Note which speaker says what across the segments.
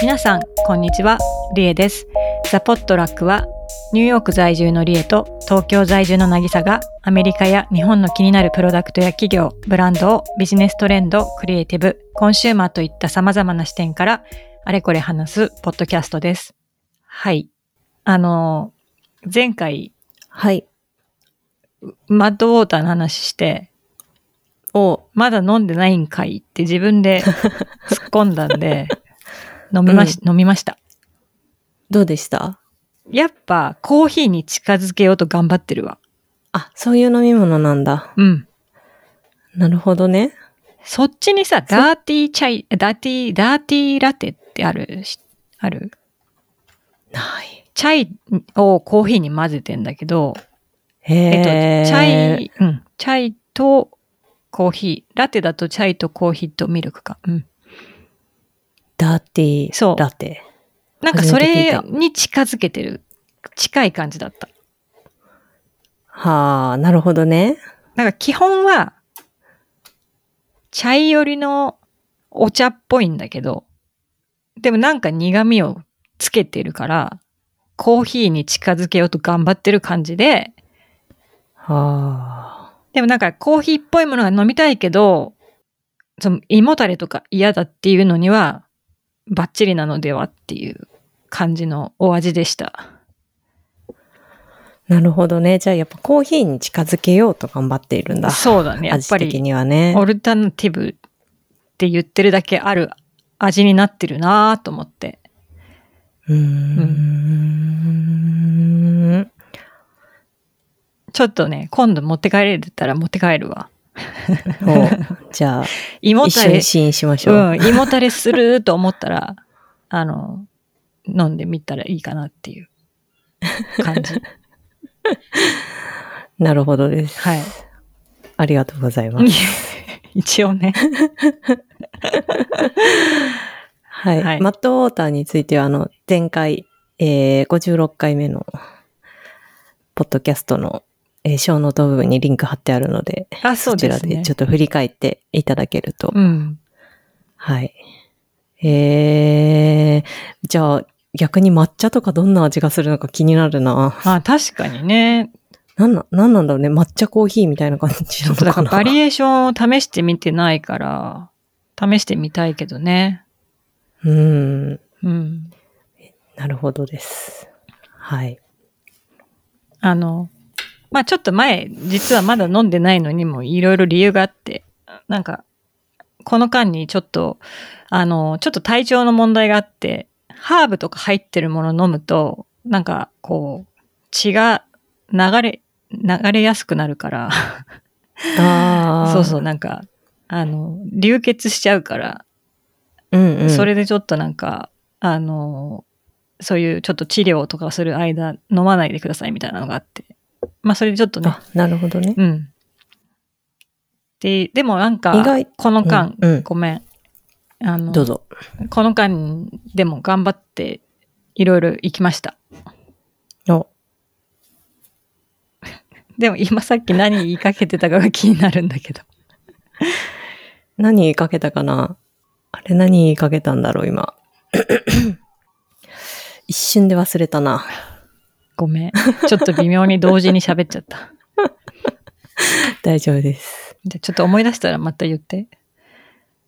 Speaker 1: 皆さん、こんにちは。リエです。ザ・ポットラックは、ニューヨーク在住のリエと東京在住のなぎさがアメリカや日本の気になるプロダクトや企業、ブランドをビジネストレンド、クリエイティブ、コンシューマーといった様々な視点からあれこれ話すポッドキャストです。はい。あの、前回
Speaker 2: はい。
Speaker 1: マッドウォーターの話して、
Speaker 2: お
Speaker 1: まだ飲んでないんかいって自分で突っ込んだんで、飲みまし、飲みました。
Speaker 2: どうでした
Speaker 1: やっぱコーヒーに近づけようと頑張ってるわ。
Speaker 2: あ、そういう飲み物なんだ。
Speaker 1: うん。
Speaker 2: なるほどね。
Speaker 1: そっちにさ、ダーティーチャイ、ダーティー、ダーティーラテってあるしある
Speaker 2: ない。
Speaker 1: チャイをコーヒーに混ぜてんだけど、
Speaker 2: へ
Speaker 1: えっと、
Speaker 2: え
Speaker 1: チャ。イ、うん、チャイとコーヒー。ラテだとチャイとコーヒーとミルクか。うん。
Speaker 2: ダーティー。
Speaker 1: そう
Speaker 2: ラテ。
Speaker 1: なんかそ
Speaker 2: 初めて
Speaker 1: れ
Speaker 2: 聞い
Speaker 1: に近づけてる。近い感じだった。
Speaker 2: はあ、なるほどね。
Speaker 1: なんか基本は、チャイ寄りのお茶っぽいんだけど、でもなんか苦味をつけてるから、コーヒーに近づけようと頑張ってる感じで、
Speaker 2: はあ。
Speaker 1: でもなんかコーヒーっぽいものが飲みたいけど、その胃もたれとか嫌だっていうのには、バッチリなのではっていう感じのお味でした。
Speaker 2: なるほどね。じゃあやっぱコーヒーに近づけようと頑張っているんだ。
Speaker 1: そうだね。やっ
Speaker 2: 味
Speaker 1: ぱ
Speaker 2: 的
Speaker 1: り、
Speaker 2: にはね。
Speaker 1: オルタナティブって言ってるだけある味になってるなぁと思って。
Speaker 2: うーん。
Speaker 1: ちょっとね、今度持って帰れたら持って帰るわ。
Speaker 2: おじゃあ、
Speaker 1: 胃 も
Speaker 2: 一
Speaker 1: た
Speaker 2: 緒
Speaker 1: れ
Speaker 2: に、試飲しまし
Speaker 1: う
Speaker 2: ょう。
Speaker 1: ん、胃もたれすると思ったら、 あの、飲んでみたらいいかなっていう感 じ。
Speaker 2: なるほどです。
Speaker 1: はい。
Speaker 2: ありがとうございます。
Speaker 1: 一応ね。
Speaker 2: はい。
Speaker 1: はい
Speaker 2: マットウォーターについては、あの、前回、えー、56回目の、ポッドキャストの、えー、ショーノート部分にリンク貼ってあるので、
Speaker 1: あ、そう
Speaker 2: ち
Speaker 1: で
Speaker 2: ら
Speaker 1: す
Speaker 2: で
Speaker 1: ね
Speaker 2: ちょ。っと振り返っていただけると。
Speaker 1: うん。
Speaker 2: はい。えー、じゃあ、逆に抹茶とかどんな味がするのか気になるな。
Speaker 1: あ、確かにね。
Speaker 2: なんな、なんなんだろうね。抹茶コーヒーみたいな感じな
Speaker 1: ちょ
Speaker 2: の
Speaker 1: っとだ
Speaker 2: か
Speaker 1: から
Speaker 2: な。
Speaker 1: バリエーションを試してみてないから、試してみたいけどね。
Speaker 2: うん。
Speaker 1: うん。
Speaker 2: なるほどです。はい。
Speaker 1: あの、まあちょっと前、実はまだ飲んでないのにもいろいろ理由があって、なんか、この間にちょっと、あの、ちょっと体調の問題があって、ハーブとか入ってるもの飲むと、なんか、こう、血が流れ、流れやすくなるから、
Speaker 2: あ あ。
Speaker 1: そうそう、。なんか、あの、流血しちゃうから、
Speaker 2: うんうん。
Speaker 1: それでちょっとなんか、あの、そういうちょっと治療とかする間、飲まないでくださいみたいなのがあって、まあそれでちょっとね、
Speaker 2: あ、なるほどね。
Speaker 1: うん。で、でもなんか
Speaker 2: 意外、
Speaker 1: この間、
Speaker 2: うんうん
Speaker 1: ごめん。あの、
Speaker 2: どうぞ。
Speaker 1: この間でも頑張って、いろいろ行きました。
Speaker 2: お、
Speaker 1: でも今さっき何言いかけてたかが気になるんだけど。
Speaker 2: 何言いかけたかなあれ何言いかけたんだろ う、今。一瞬で忘れ たな。
Speaker 1: ごめん。ちょっと微妙に同時に喋っちゃった。
Speaker 2: 大丈夫です。
Speaker 1: じゃあちょっと思い出したらまた言って。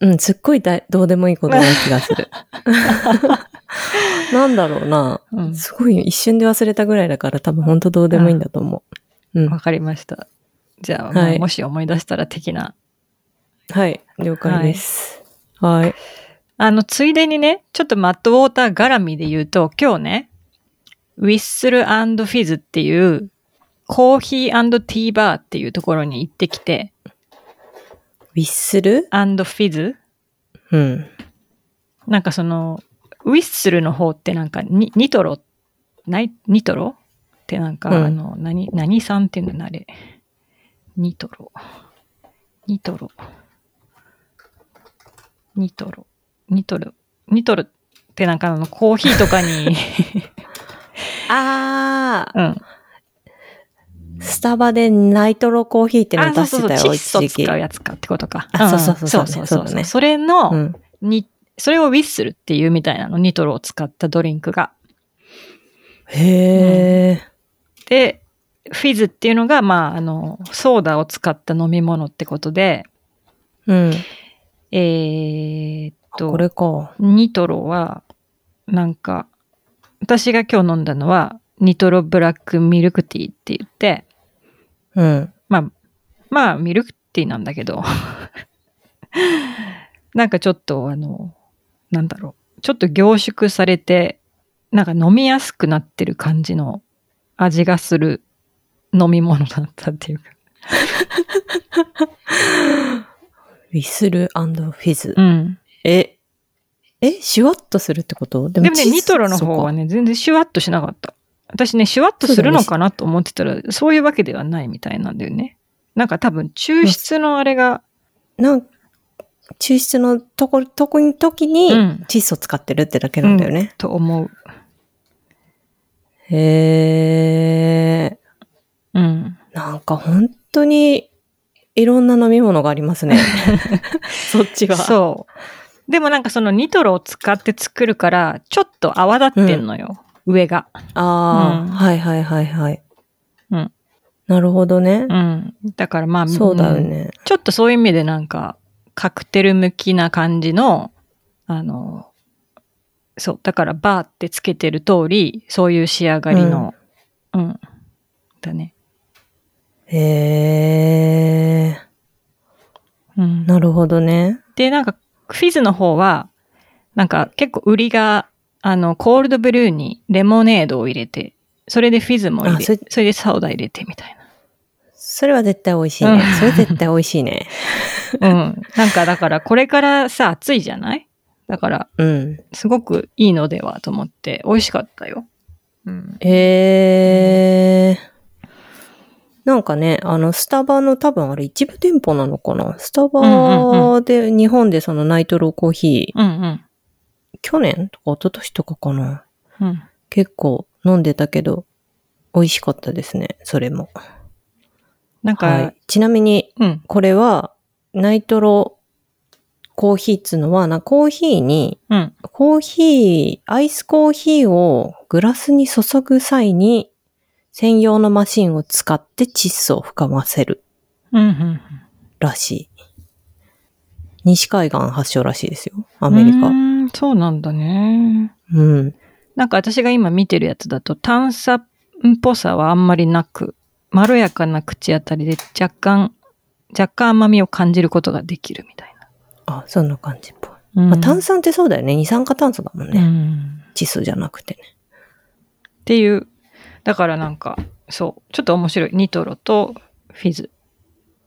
Speaker 2: うん、すっごいだどうでもいいことな気がす る。なんだろうな。
Speaker 1: うん。
Speaker 2: すごい一瞬で忘れたぐらいだから多分本当どうでもいいんだと思う。うん
Speaker 1: わ。かりました。じゃあ、
Speaker 2: はい
Speaker 1: まあもし思い出したら的な。
Speaker 2: はい。了解です。はい。
Speaker 1: あの、ついでにね、ちょっとマットウォーター絡みで言うと、今日ね、ウィッスルフィズっていう、コーヒーティーバーっていうところに行ってきて、
Speaker 2: ウィッス
Speaker 1: フ
Speaker 2: ル
Speaker 1: ィズ
Speaker 2: うん。
Speaker 1: なんかその、ウィッスルの方ってなんかニ、ニトロ、ない、ニトロってなんか、
Speaker 2: うん
Speaker 1: あの、何、何さんっていうのあれ。ニトロ。ニトロ。ニトロ。ニトロ。ニトロってなんかあの、コーヒーとかに、
Speaker 2: あー、
Speaker 1: うん。
Speaker 2: スタバでナイトロコーヒーっての
Speaker 1: あ、そ
Speaker 2: 出
Speaker 1: うそう
Speaker 2: してた
Speaker 1: そう、
Speaker 2: よ、
Speaker 1: 窒素
Speaker 2: 一時期
Speaker 1: 使うやつかってことか。
Speaker 2: あ
Speaker 1: ん
Speaker 2: そうそうそうそう
Speaker 1: そうそう
Speaker 2: そうだね
Speaker 1: それの、
Speaker 2: うん。
Speaker 1: に、それをウィッスルっていうみたいなの、ニトロを使ったドリンクが。
Speaker 2: へえ。
Speaker 1: で、フィズっていうのが、まあ、あの、ソーダを使った飲み物ってことで、
Speaker 2: うん。
Speaker 1: えーっ
Speaker 2: あ
Speaker 1: と、
Speaker 2: これか。
Speaker 1: ニトロは、なんか、私が今日飲んだのは、ニトロブラックミルクティーって言って、
Speaker 2: うん。
Speaker 1: まあ、まあ、ミルクティーなんだけど、 なんかちょっと、あの、なんだろう、ちょっと凝縮されて、なんか飲みやすくなってる感じの味がする飲み物だったっていうか。
Speaker 2: ウィスルフィズ
Speaker 1: う。ん。
Speaker 2: え、え、シュワッとするってことで
Speaker 1: でもね、ニトロの方は
Speaker 2: ね。
Speaker 1: ね、全然シュワッとしなかった。私ね、シュワッとするのかなと思ってたら、そういうわけではないみたいなんだよね。なんか多分、抽出のあれが、
Speaker 2: なん抽出のとこ、とこに、時に
Speaker 1: うん、
Speaker 2: 窒素使ってるってだけなんだよね。
Speaker 1: と思う。
Speaker 2: へえ。
Speaker 1: うん。
Speaker 2: なんか本当に、いろんな飲み物がありま すね。そっちは。う。
Speaker 1: そう。でもなんかそのニトロを使って作るから、ちょっと泡立ってんのよ、上が。
Speaker 2: ああ、
Speaker 1: うん
Speaker 2: はいはいはいはい。
Speaker 1: うん。
Speaker 2: なるほどね。
Speaker 1: うん。だからまあ、
Speaker 2: そうだよ
Speaker 1: ん
Speaker 2: ね。
Speaker 1: ちょっとそういう意味でなんか、カクテル向きな感じの、あの、そう、だからバーってつけてる通り、そういう仕上がりの、うん、だね。
Speaker 2: へえ。
Speaker 1: うん。
Speaker 2: なるほどね。
Speaker 1: で、なんか、フィズの方は、なんか結構売りが、あの、コールドブルーにレモネードを入れて、それでフィズも入れ
Speaker 2: あそれ
Speaker 1: て、それでサウダ入れてみたい
Speaker 2: それは絶対美味しいね。
Speaker 1: うん
Speaker 2: それ絶対美味しいね。
Speaker 1: な。うん。なんかだから、これからさ、暑いじゃないだから、
Speaker 2: うん。
Speaker 1: すごくいいのではと思って、美味しかったよ。うん。
Speaker 2: へえ。なんかね、あの、スタバの多分あれ一部店舗なのかなスタ
Speaker 1: うん
Speaker 2: バで日本でそのナイトロコーヒー、
Speaker 1: うん
Speaker 2: 去年とか一昨年とかかな
Speaker 1: うん。うん。
Speaker 2: 結構飲んでたけど、美味しかったですね、それも。
Speaker 1: なんか、
Speaker 2: はい。ちなみに、
Speaker 1: うん。
Speaker 2: これは、ナイトロコーヒーっつうのは、な、コーヒーに、
Speaker 1: うん。
Speaker 2: コーヒー、アイスコーヒーをグラスに注ぐ際に、専用のマシンを使って窒素を深ませる
Speaker 1: うん。うん。
Speaker 2: らしい。西海岸発祥らしいですよ。アメリ
Speaker 1: う
Speaker 2: カ。
Speaker 1: ーんそうなんだね。
Speaker 2: うん。
Speaker 1: なんか私が今見てるやつだと炭酸っぽさはあんまりなく、まろやかな口当たりで若干、若干甘みを感じることができるみたい
Speaker 2: あ、そんな感じっぽい。
Speaker 1: な。
Speaker 2: まあ、炭酸ってそうだよね。二酸化炭素だもん
Speaker 1: う
Speaker 2: ね。
Speaker 1: ん
Speaker 2: 窒素じゃなくてね。
Speaker 1: っていう、だからなんか、そう、ちょっと面白い。ニトロとフィズ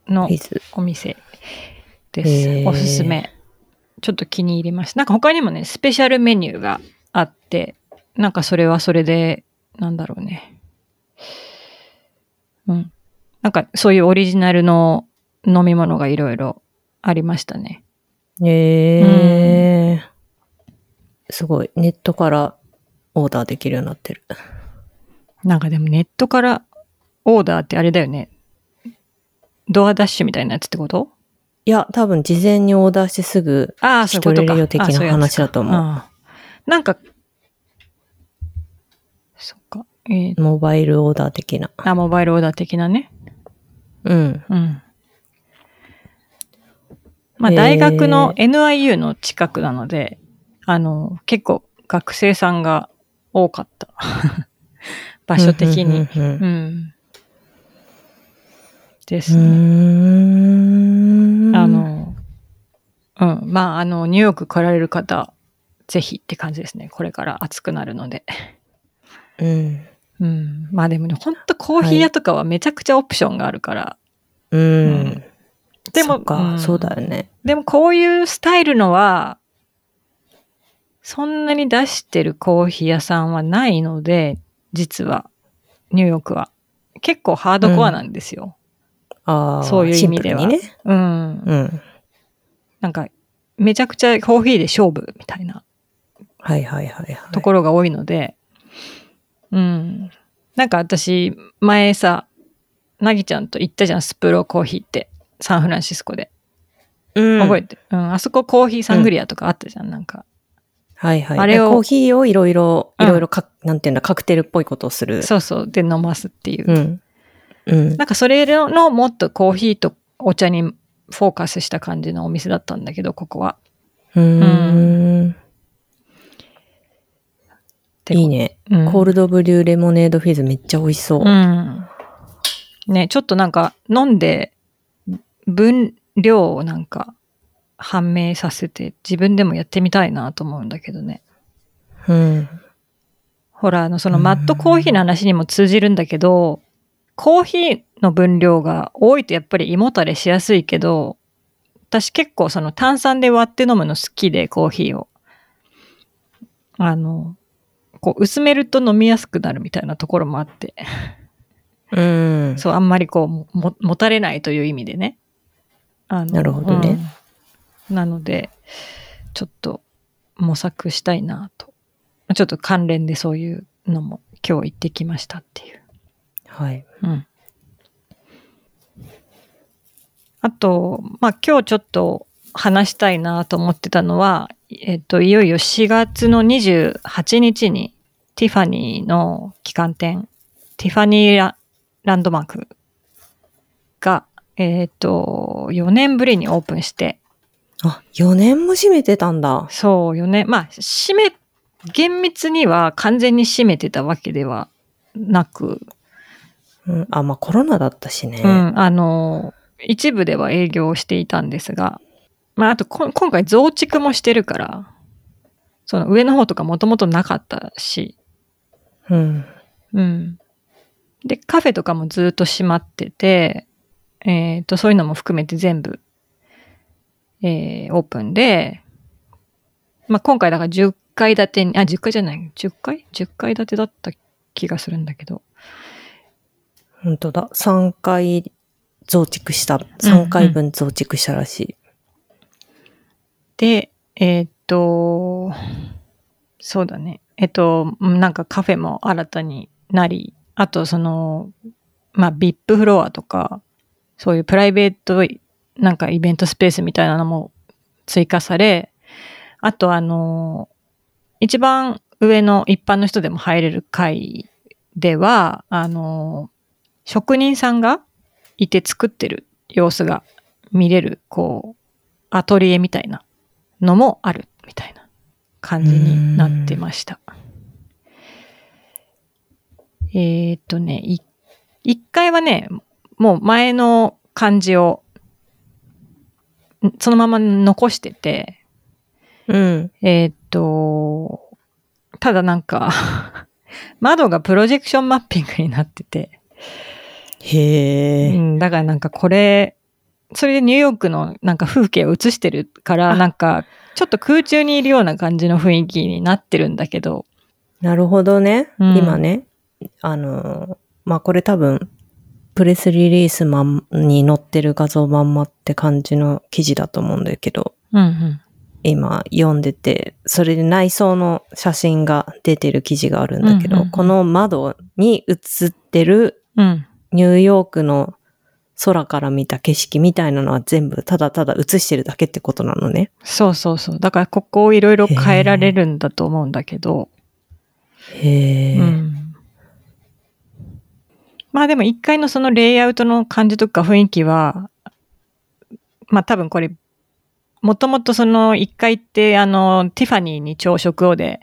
Speaker 1: の
Speaker 2: 水。
Speaker 1: お店で
Speaker 2: へ
Speaker 1: す。
Speaker 2: ー
Speaker 1: おすすめ。ちょっと気に入りました。なんか他にもね、スペシャルメニューがあって、なんかそれはそれで、なんだろうね。うん。なんかそういうオリジナルの飲み物がいろいろありましたね。
Speaker 2: へえ。すごい。ネットからオーダーできるようになってる。
Speaker 1: なんかでもネットからオーダーってあれだよね。ドアダッシュみたいなやつってこと
Speaker 2: いや、多分事前にオーダーしてすぐ
Speaker 1: ああ、そういうことか。
Speaker 2: 一人的
Speaker 1: あそう
Speaker 2: な
Speaker 1: いうやつ
Speaker 2: 話
Speaker 1: か
Speaker 2: だと思う。
Speaker 1: ああなんか、そっか。えー
Speaker 2: モバイルオーダー的な。
Speaker 1: あ、モバイルオーダー的なね。
Speaker 2: うん。
Speaker 1: うん。まあ、
Speaker 2: へー
Speaker 1: 大学の NIU の近くなので、あの、結構学生さんが多かった。 場所的に。
Speaker 2: うんうんうんう。
Speaker 1: うんん。で
Speaker 2: う
Speaker 1: すね。
Speaker 2: ーん
Speaker 1: あ、の、うん。まあ、あの、ニューヨーク来られる方、ぜひって感じですね。これから暑くなるので。
Speaker 2: うん。
Speaker 1: うん。まあでもね、ほんとコーヒー屋とかはめちゃくちゃオプションがあるから、
Speaker 2: うんん。
Speaker 1: でも
Speaker 2: そっか、
Speaker 1: うん
Speaker 2: そうだよね。
Speaker 1: でもこういうスタイルのは、そんなに出してるコーヒー屋さんはないので、実は、ニューヨークは。結構ハードコアなんですよ。
Speaker 2: ああ、
Speaker 1: そういう意味では
Speaker 2: シンプルにね。
Speaker 1: うん。
Speaker 2: うん。
Speaker 1: なんか、めちゃくちゃコーヒーで勝負みたいな
Speaker 2: はいはいはいはい。
Speaker 1: ところが多いので、うん。なんか私、前さ、なぎちゃんと行ったじゃん、スプロコーヒーって、サンフランシスコで。
Speaker 2: うん
Speaker 1: 覚えて、うんあそこコーヒーサングリアとかあったじゃん、なんか
Speaker 2: はいはい。
Speaker 1: あれを
Speaker 2: コーヒーをいろいろ、
Speaker 1: うん
Speaker 2: いろいろか、なんていうんだ、カクテルっぽいことをする。
Speaker 1: そうそうで飲ますっていう、
Speaker 2: うん。うん。
Speaker 1: なんかそれのもっとコーヒーとお茶にフォーカスした感じのお店だったんだけどここは
Speaker 2: うーん。
Speaker 1: で
Speaker 2: いいね。
Speaker 1: うん
Speaker 2: コールドブリューレモネードフィズめっちゃ美味しそう。
Speaker 1: うん。ね、ちょっとなんか飲んで分量をなんか判明させて自分でもやってみたいなと思うんだけどね。
Speaker 2: うん。
Speaker 1: ほら、あの、そのマットコーヒーの話にも通じるんだけど、コーヒーの分量が多いとやっぱり胃もたれしやすいけど、私結構その炭酸で割って飲むの好きで、コーヒーを。あの、こう薄めると飲みやすくなるみたいなところもあって。
Speaker 2: うん。
Speaker 1: そう、あんまりこう、も、ももたれないという意味でね。あの
Speaker 2: なるほどね。
Speaker 1: うんなので、ちょっと模索したいなと。ちょっと関連でそういうのも今日行ってきましたっていう。
Speaker 2: はい。
Speaker 1: うん。あと、まあ今日ちょっと話したいなと思ってたのは、えっと、いよいよ4月の28日にティファニーの旗艦店、ティファニーラランドマークが、えっと、4年ぶりにオープンして、
Speaker 2: あ、4年も閉めてたんだ。
Speaker 1: そうよね。まあ、閉め、厳密には完全に閉めてたわけではなく、
Speaker 2: うん。あ、まあコロナだったしね。
Speaker 1: うん、あの、一部では営業をしていたんですが、まあ、あとこ、今回増築もしてるから、その上の方とかもともとなかったし、
Speaker 2: うん。
Speaker 1: うん。で、カフェとかもずっと閉まってて、えっ、と、そういうのも含めて全部、えーオープンで、まあ、今回だから10階建てに、あ、10階じゃない、10階 ?10 階建てだった気がするんだけど、
Speaker 2: ほんとだ。3回増築した。3回分増築したらしい。
Speaker 1: で、えーっと、そうだね。えっと、うんなんかカフェも新たになり、あとその、まあ、VIP フロアとか、そういうプライベートい、なんかイベントスペースみたいなのも追加され、あとあの、一番上の一般の人でも入れる階では、あの、職人さんがいて作ってる様子が見れる、こう、アトリエみたいなのもあるみたいな感じになってました。えーっとね、い一回はね、もう前の感じをんそのまま残してて、
Speaker 2: うん。
Speaker 1: えーっと、ただなんか、 窓がプロジェクションマッピングになってて、
Speaker 2: へ
Speaker 1: う
Speaker 2: え。
Speaker 1: ん、だからなんかこれ、それでニューヨークのなんか風景を映してるから、
Speaker 2: あ
Speaker 1: なんかちょっと空中にいるような感じの雰囲気になってるんだけど、
Speaker 2: なるほどね。
Speaker 1: うん
Speaker 2: 今ね。あのー、まあこれ多分、プレスリリースまんに載ってる画像まんまって感じの記事だと思うんだけど、
Speaker 1: うんうん。
Speaker 2: 今読んでて、それで内装の写真が出てる記事があるんだけど、
Speaker 1: うんうんうん
Speaker 2: この窓に写ってる
Speaker 1: うん。
Speaker 2: ニューヨークの空から見た景色みたいなのは全部ただただ写してるだけってことなのね。
Speaker 1: そうそうそう。だからここをいろいろ変えられるんだと思うんだけど。
Speaker 2: へえ。
Speaker 1: うんまあでも1階のそのレイアウトの感じとか雰囲気は、まあ多分これ、もともとその1階ってあの、ティファニーに朝食をで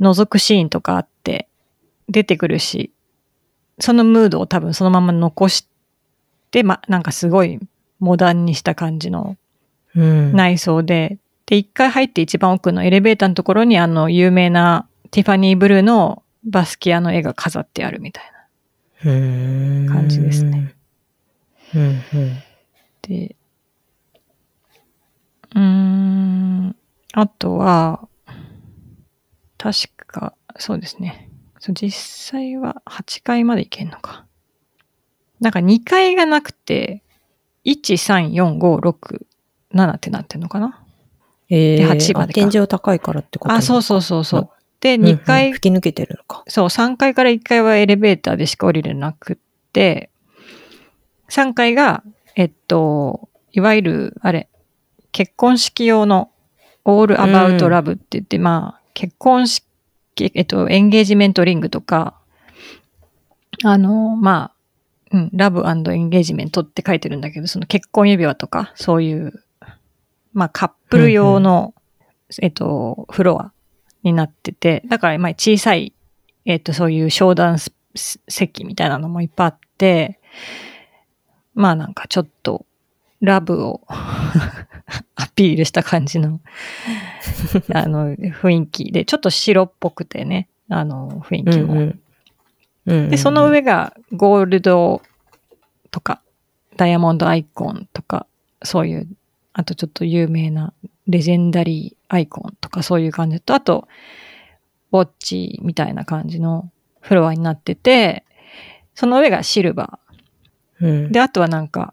Speaker 1: 覗くシーンとかあって出てくるし、そのムードを多分そのまま残して、ま、なんかすごいモダンにした感じの
Speaker 2: うん。
Speaker 1: 内装で、で、一回入って一番奥のエレベーターのところに、あの、有名なティファニーブルーのバスキアの絵が飾ってあるみたいな。
Speaker 2: 感
Speaker 1: 感じですね。
Speaker 2: うんうん。
Speaker 1: で、うーん、あとは、確か、そうですね。そう実際は8階まで行けんのか。なんか2階がなくて、1、3、4、5、6、7ってなってんのかな
Speaker 2: え
Speaker 1: で
Speaker 2: え
Speaker 1: 8までか
Speaker 2: 天井高いからってこと
Speaker 1: あ、そうそううそうそう
Speaker 2: うん。
Speaker 1: で、
Speaker 2: んうん。
Speaker 1: 2階
Speaker 2: 吹き抜けてるのか。
Speaker 1: そう、3階から1階はエレベーターでしか降りれなくって、3階が、えっと、いわゆる、あれ、結婚式用の All About Love って言って、まあ、結婚式、えっと、エンゲージメントリングとか、あの、まあ、うん、ラブエンゲージメントって書いてるんだけど、その結婚指輪とか、そういう、まあ、カップル用の、えっと、フロアになってて、だから、まあ、小さい、えっと、そういう商談ス席みたいなのもいっぱいあって、まあなんかちょっと、ラブを アピールした感じの、あの、雰囲気で、ちょっと白っぽくてね、あの、雰囲
Speaker 2: うん
Speaker 1: 気
Speaker 2: うん
Speaker 1: も。
Speaker 2: うんうん
Speaker 1: で、その上がゴールドとか、ダイヤモンドアイコンとか、そういう、あとちょっと有名なレジェンダリーアイコンとかそういう感じと、あと、ウォッチみたいな感じのフロアになってて、その上がシルバー。
Speaker 2: うん、
Speaker 1: で、あとはなんか、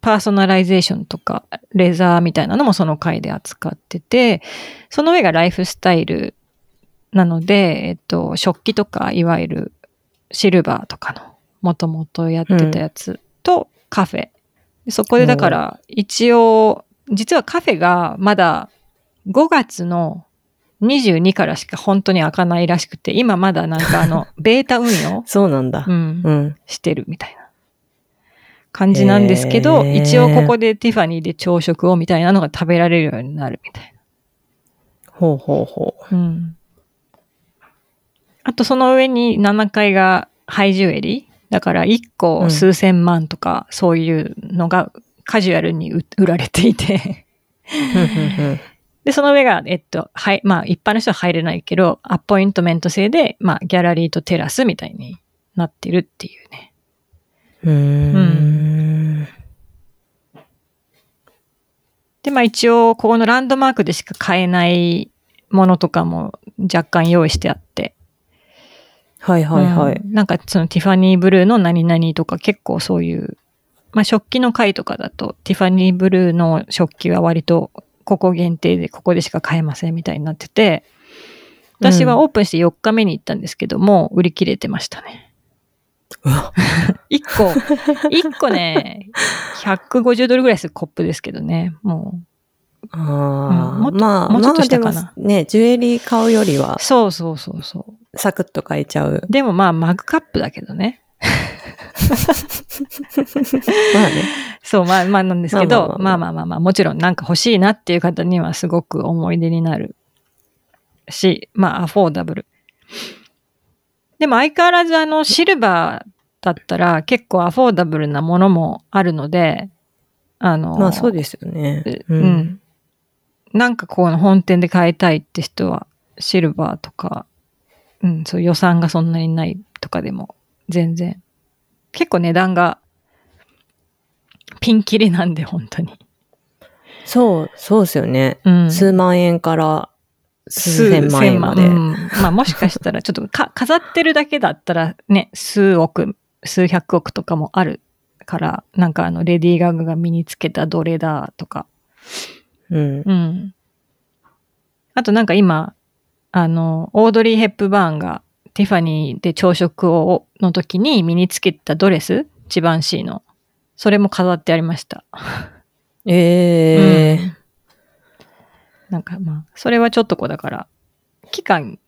Speaker 1: パーソナライゼーションとか、レザーみたいなのもその回で扱ってて、その上がライフスタイルなので、えっと、食器とか、いわゆるシルバーとかの、もともとやってたやつとカフェ。でそこでだから、一応、実はカフェがまだ5月の22からしか本当に開かないらしくて、今まだなんかあ の、ベータ運用、
Speaker 2: そうなんだ
Speaker 1: う。ん
Speaker 2: うん。
Speaker 1: してるみたいな感じなんですけど、
Speaker 2: へー
Speaker 1: 一応ここでティファニーで朝食をみたいなのが食べられるようになるみたい
Speaker 2: ほうほうほ
Speaker 1: な。うん。あとその上に7階がハイジュエリー。だから1個数千万とかそういうのがカジュアルに売売られていて。
Speaker 2: う。ふんふんふん
Speaker 1: で、その上が、えっと、はい、まあ一般の人は入れないけど、アポイントメント制で、まあギャラリーとテラスみたいになってるっていうね。
Speaker 2: うーん。
Speaker 1: で、まあ一応、ここのランドマークでしか買えないものとかも若干用意してあって。
Speaker 2: はいはいはい。
Speaker 1: うんなんかそのティファニーブルーの何々とか結構そういう、まあ食器の回とかだと、ティファニーブルーの食器は割とここ限定でここでしか買えませんみたいになってて、私はオープンして4日目に行ったんですけども、売り切れてましたね。
Speaker 2: うわ
Speaker 1: 1個、1個ね、150ドルぐらいするコップですけどね、も
Speaker 2: あ
Speaker 1: うんも
Speaker 2: あ、
Speaker 1: っと
Speaker 2: まあ、
Speaker 1: もうちょっと
Speaker 2: まあ
Speaker 1: した
Speaker 2: で
Speaker 1: か
Speaker 2: も
Speaker 1: な
Speaker 2: ね、ジュエリー買うよりは
Speaker 1: う。、そうそうそうそう。
Speaker 2: サクッと買えちゃう。
Speaker 1: でもまあマグカップだけどね。
Speaker 2: まあね。
Speaker 1: そう、まあまあなんですけど、ま
Speaker 2: ま
Speaker 1: あ
Speaker 2: あ
Speaker 1: まあまあまあ、もちろんなんか欲しいなっていう方にはすごく思い出になるし、まあアフォーダブル。でも相変わらずあのシルバーだったら結構アフォーダブルなものもあるので、あの、
Speaker 2: まあそうですよね。
Speaker 1: う。ん。なんかこう本店で買いたいって人は、シルバーとか、うん、そう予算がそんなにないとかでも、全然。結構値段が、ピンキリなんで、本当に。
Speaker 2: そう、そうですよね。
Speaker 1: うん。
Speaker 2: 数万円から数千万円まで。
Speaker 1: 数千万うんまあもしかしたら、ちょっと か飾ってるだけだったらね、数億、数百億とかもあるから、なんかあの、レディー・ガガが身につけた奴隷だとか、
Speaker 2: うん。
Speaker 1: うん。あとなんか今、あの、オードリー・ヘップバーンがティファニーで朝食をの時に身につけたドレス、ジバンシーの。それも飾ってありました。
Speaker 2: ええ
Speaker 1: うんなんかまあ、それはちょっとこうだから、期間、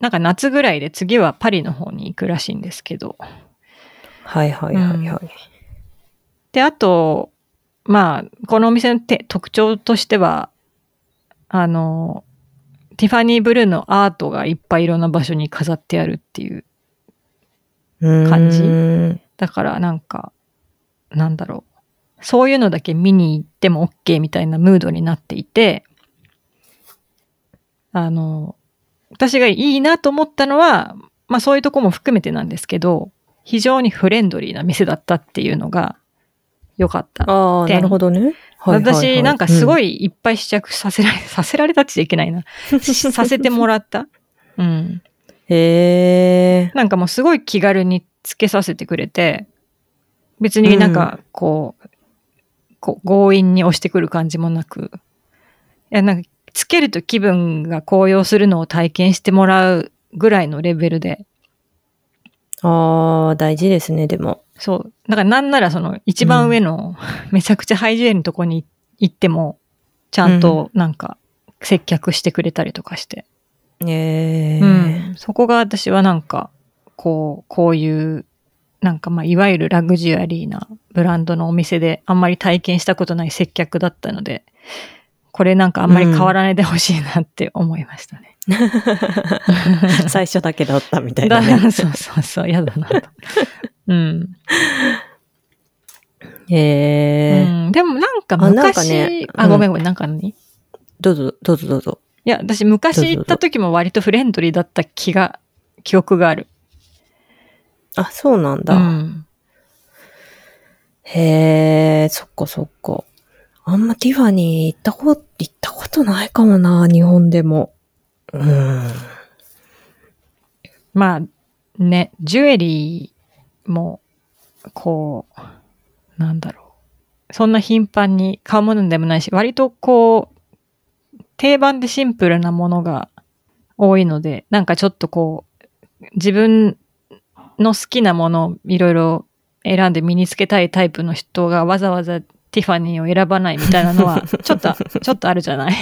Speaker 1: なんか夏ぐらいで次はパリの方に行くらしいんですけど。
Speaker 2: はいはいはいはい。
Speaker 1: で、あと、まあ、このお店のて特徴としては、あの、ティファニーブルーのアートがいっぱいいろんな場所に飾ってあるっていう。
Speaker 2: うーん
Speaker 1: 感じだからなんか、なんだろう。そういうのだけ見に行っても OK みたいなムードになっていて、あの、私がいいなと思ったのは、まあそういうとこも含めてなんですけど、非常にフレンドリーな店だったっていうのが良かった。
Speaker 2: ああ、
Speaker 1: 点
Speaker 2: なるほどね。はいはいはい
Speaker 1: 私なんかすご
Speaker 2: い。
Speaker 1: いいっぱい試着させられ、 させられたって言っちゃいけ ないな。させてもらった。うん。
Speaker 2: ええ
Speaker 1: なんかもうすごい気軽につけさせてくれて、別になんかこう、こう強引に押してくる感じもなく、いやなんかつけると気分が高揚するのを体験してもらうぐらいのレベルで、
Speaker 2: ああ、大事ですね、でも。
Speaker 1: そう。だからなんならその一番上のめちゃくちゃハイジュエルのとこに行っても、ちゃんとなんか接客してくれたりとかして、
Speaker 2: えー
Speaker 1: うんそこが私はなんかこうこういうなんかまあいわゆるラグジュアリーなブランドのお店であんまり体験したことない接客だったのでこれなんかあんまり変わらないでほしいなって思いました ね。
Speaker 2: 最初だけだったみたい
Speaker 1: だ
Speaker 2: なね。
Speaker 1: そうそうそう嫌だなと。うん
Speaker 2: えー
Speaker 1: うんでもなんか
Speaker 2: あなんか
Speaker 1: 昔、あ
Speaker 2: ね
Speaker 1: ごめんごめん、なんか何い
Speaker 2: どうぞ、どうぞどうぞ。
Speaker 1: や、私昔行った時も割とフレンドリーだった気が、記憶がある。
Speaker 2: あ、そうなん
Speaker 1: う
Speaker 2: だ。
Speaker 1: ん。
Speaker 2: へえ、そっかそっか。あんまティファニー行ったこと、行ったことないかもな、日本でも。うん。
Speaker 1: まあ、ね、ジュエリーも、こう、なんだろう。そんな頻繁に買うものでもないし、割とこう、定番でシンプルなものが多いので、なんかちょっとこう、自分の好きなものをいろいろ選んで身につけたいタイプの人がわざわざティファニーを選ばないみたいなのは、ちょっと、ちょっとあるじゃない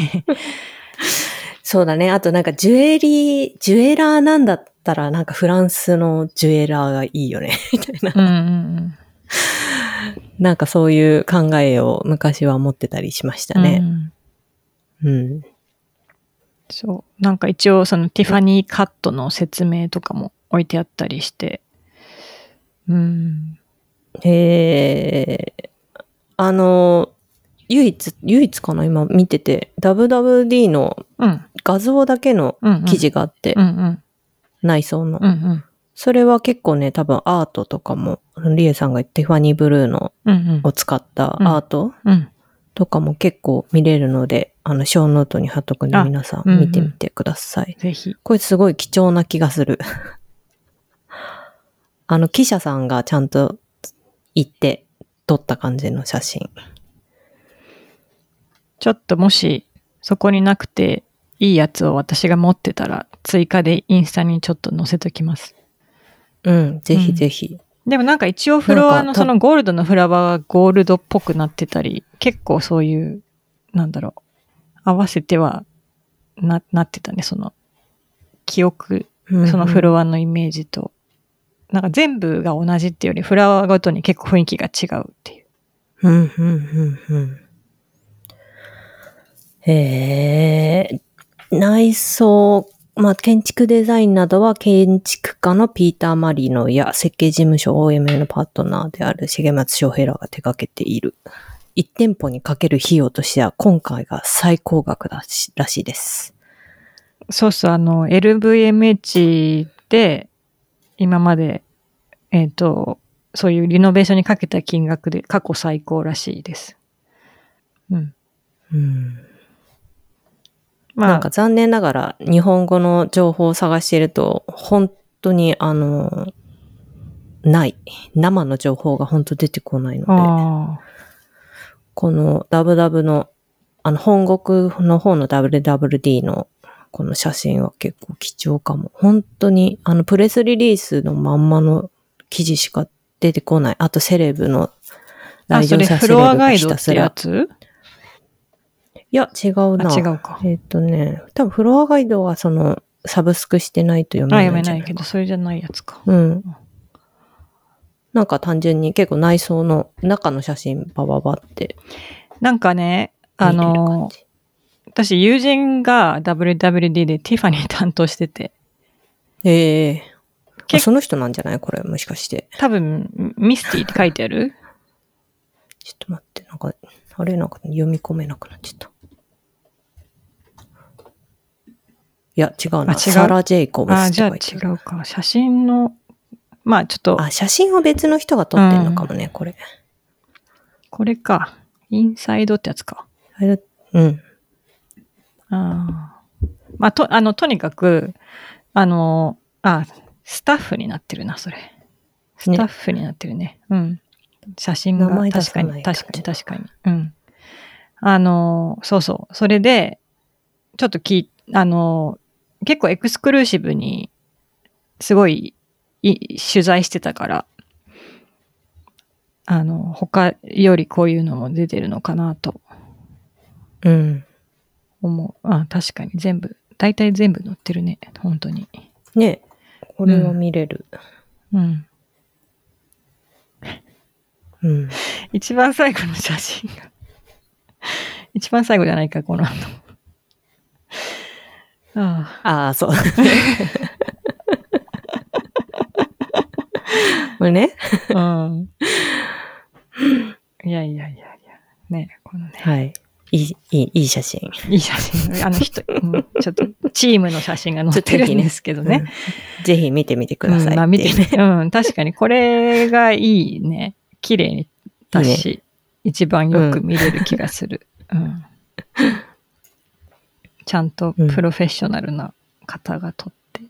Speaker 2: そうだね。あとなんかジュエリー、ジュエラーなんだったらなんかフランスのジュエラーがいいよね。
Speaker 1: うんうんうん。
Speaker 2: なんかそういう考えを昔は持ってたりしましたね。
Speaker 1: うん
Speaker 2: うん。
Speaker 1: そう。なんか一応そのティファニーカットの説明とかも置いてあったりして。うん。
Speaker 2: えー、あの、唯一、唯一かな今見てて、WWD の
Speaker 1: うん。
Speaker 2: 画像だけの
Speaker 1: うん、うん。
Speaker 2: 記事があって、
Speaker 1: うんうん。
Speaker 2: 内装の。
Speaker 1: うんうん。
Speaker 2: それは結構ね、多分アートとかも、リエさんが言ってファニーブルーの
Speaker 1: うん
Speaker 2: を使った
Speaker 1: うん
Speaker 2: アート
Speaker 1: うん。
Speaker 2: とかも結構見れるので、あの、ショーノートに貼っとくんで
Speaker 1: あ
Speaker 2: 皆さ
Speaker 1: うんうんん
Speaker 2: 見てみてください。
Speaker 1: ぜひ。
Speaker 2: これすごい貴重な気がする。あの、記者さんがちゃんと行って撮った感じの写真。
Speaker 1: ちょっともしそこになくていいやつを私が持ってたら追加でインスタにちょっと載せときます。
Speaker 2: うん、ぜ
Speaker 1: う
Speaker 2: ひ
Speaker 1: ん
Speaker 2: ぜひ。
Speaker 1: でもなんか一応フロア
Speaker 2: な
Speaker 1: の
Speaker 2: んか
Speaker 1: そのゴールドのフラワーがゴールドっぽくなってたり、結構そういう、なんだろう、合わせてはな、なってたね、その、記憶
Speaker 2: うん
Speaker 1: そのフロアのイメージと、なんか全部が同じっていうより、フラワーごとに結構雰囲気が違うっていう。
Speaker 2: うん、うん、うん、うん。へえ、内装、まあ、建築デザインなどは建築家のピーター・マリノや設計事務所 OMA のパートナーである重松翔平らが手掛けている。一店舗にかける費用としては今回が最高額だしらしいです。
Speaker 1: そうそう、あの、LVMH で、今まで、えっ、と、そういうリノベーションにかけた金額で過去最高らしいです。うん。
Speaker 2: うん、な
Speaker 1: ま
Speaker 2: んか
Speaker 1: あ、
Speaker 2: 残念ながら日本語の情報を探していると本当にあの、ない。生の情報が本当出てこないので。
Speaker 1: あ
Speaker 2: このダブダブの、あの、本国の方の WWD のこの写真は結構貴重かも。本当に、あの、プレスリリースのまんまの記事しか出てこない。あと、セレブの、
Speaker 1: ーあ、
Speaker 2: 来
Speaker 1: そ
Speaker 2: 場
Speaker 1: れ
Speaker 2: 者
Speaker 1: フ
Speaker 2: セレブ
Speaker 1: ロアガ
Speaker 2: が
Speaker 1: イ
Speaker 2: ひ
Speaker 1: ド
Speaker 2: た
Speaker 1: って
Speaker 2: す
Speaker 1: や
Speaker 2: ら。
Speaker 1: つ
Speaker 2: いや、違う
Speaker 1: あ、
Speaker 2: な。
Speaker 1: 違うか。
Speaker 2: えっ、とね、多分フロアガイドはその、サブスクしてないと読め
Speaker 1: あ、
Speaker 2: ない
Speaker 1: やめ
Speaker 2: んじゃ
Speaker 1: な
Speaker 2: ないい
Speaker 1: け
Speaker 2: か
Speaker 1: ど、それじゃないやつか。
Speaker 2: うん。なんか単純に結構内装の中の写真バババって
Speaker 1: なんかね、
Speaker 2: 見
Speaker 1: あ
Speaker 2: れる感じ。
Speaker 1: の、私友人が WWD でティファニー担当してて、
Speaker 2: ええ
Speaker 1: け
Speaker 2: その人なんじゃないこれ、もしかして。
Speaker 1: 多分、ミスティって書いてある
Speaker 2: ちょっと待って、なんか、あれなんか読み込めなくなっちゃった。いや、違う
Speaker 1: あ
Speaker 2: な。
Speaker 1: 違う
Speaker 2: サラ・ジェイコブス
Speaker 1: あ
Speaker 2: っ
Speaker 1: ー、
Speaker 2: て
Speaker 1: じ
Speaker 2: 書
Speaker 1: ゃあ
Speaker 2: いて
Speaker 1: 違
Speaker 2: ある。
Speaker 1: うか。写真の、まあちょっと、
Speaker 2: あ、写真を別の人が撮ってんのかもね、これ。
Speaker 1: これか。インサイドってやつか。
Speaker 2: あれうん。
Speaker 1: あーまあ、と、あの、とにかく、あの、あ、スタッフになってるな、それ。スタッフになってるね。うん。写真が
Speaker 2: 名前出
Speaker 1: 確
Speaker 2: さ
Speaker 1: か
Speaker 2: ない
Speaker 1: に、
Speaker 2: と
Speaker 1: 確かに、確かに。うん。あの、そうそう。それで、ちょっとき、あの、結構エクスクルーシブに、すごいい取材してたから、あの、他よりこういうのも出てるのかなと
Speaker 2: うん。
Speaker 1: 思う。あ、確かに全部、大体全部載ってるね。本当に。
Speaker 2: ねこれは見れる。
Speaker 1: うん。
Speaker 2: うん。
Speaker 1: 一番最後の写真が。一番最後じゃないか、この後。ああ。
Speaker 2: あ あ、そう。これね。
Speaker 1: うん。いやいやいやいや。ねこのね、
Speaker 2: はい。いい、いい、いい写真。
Speaker 1: いい写真。あの人、うんちょっと、チームの写真が載ってるんですけどね。
Speaker 2: うん。ぜひ見てみてください。
Speaker 1: うん、まあ見て。ね。うん、確かにこれがいいね。綺麗にだし、一番よく見れる気がする。うん。ちゃんとプロフェッショナルな方が撮って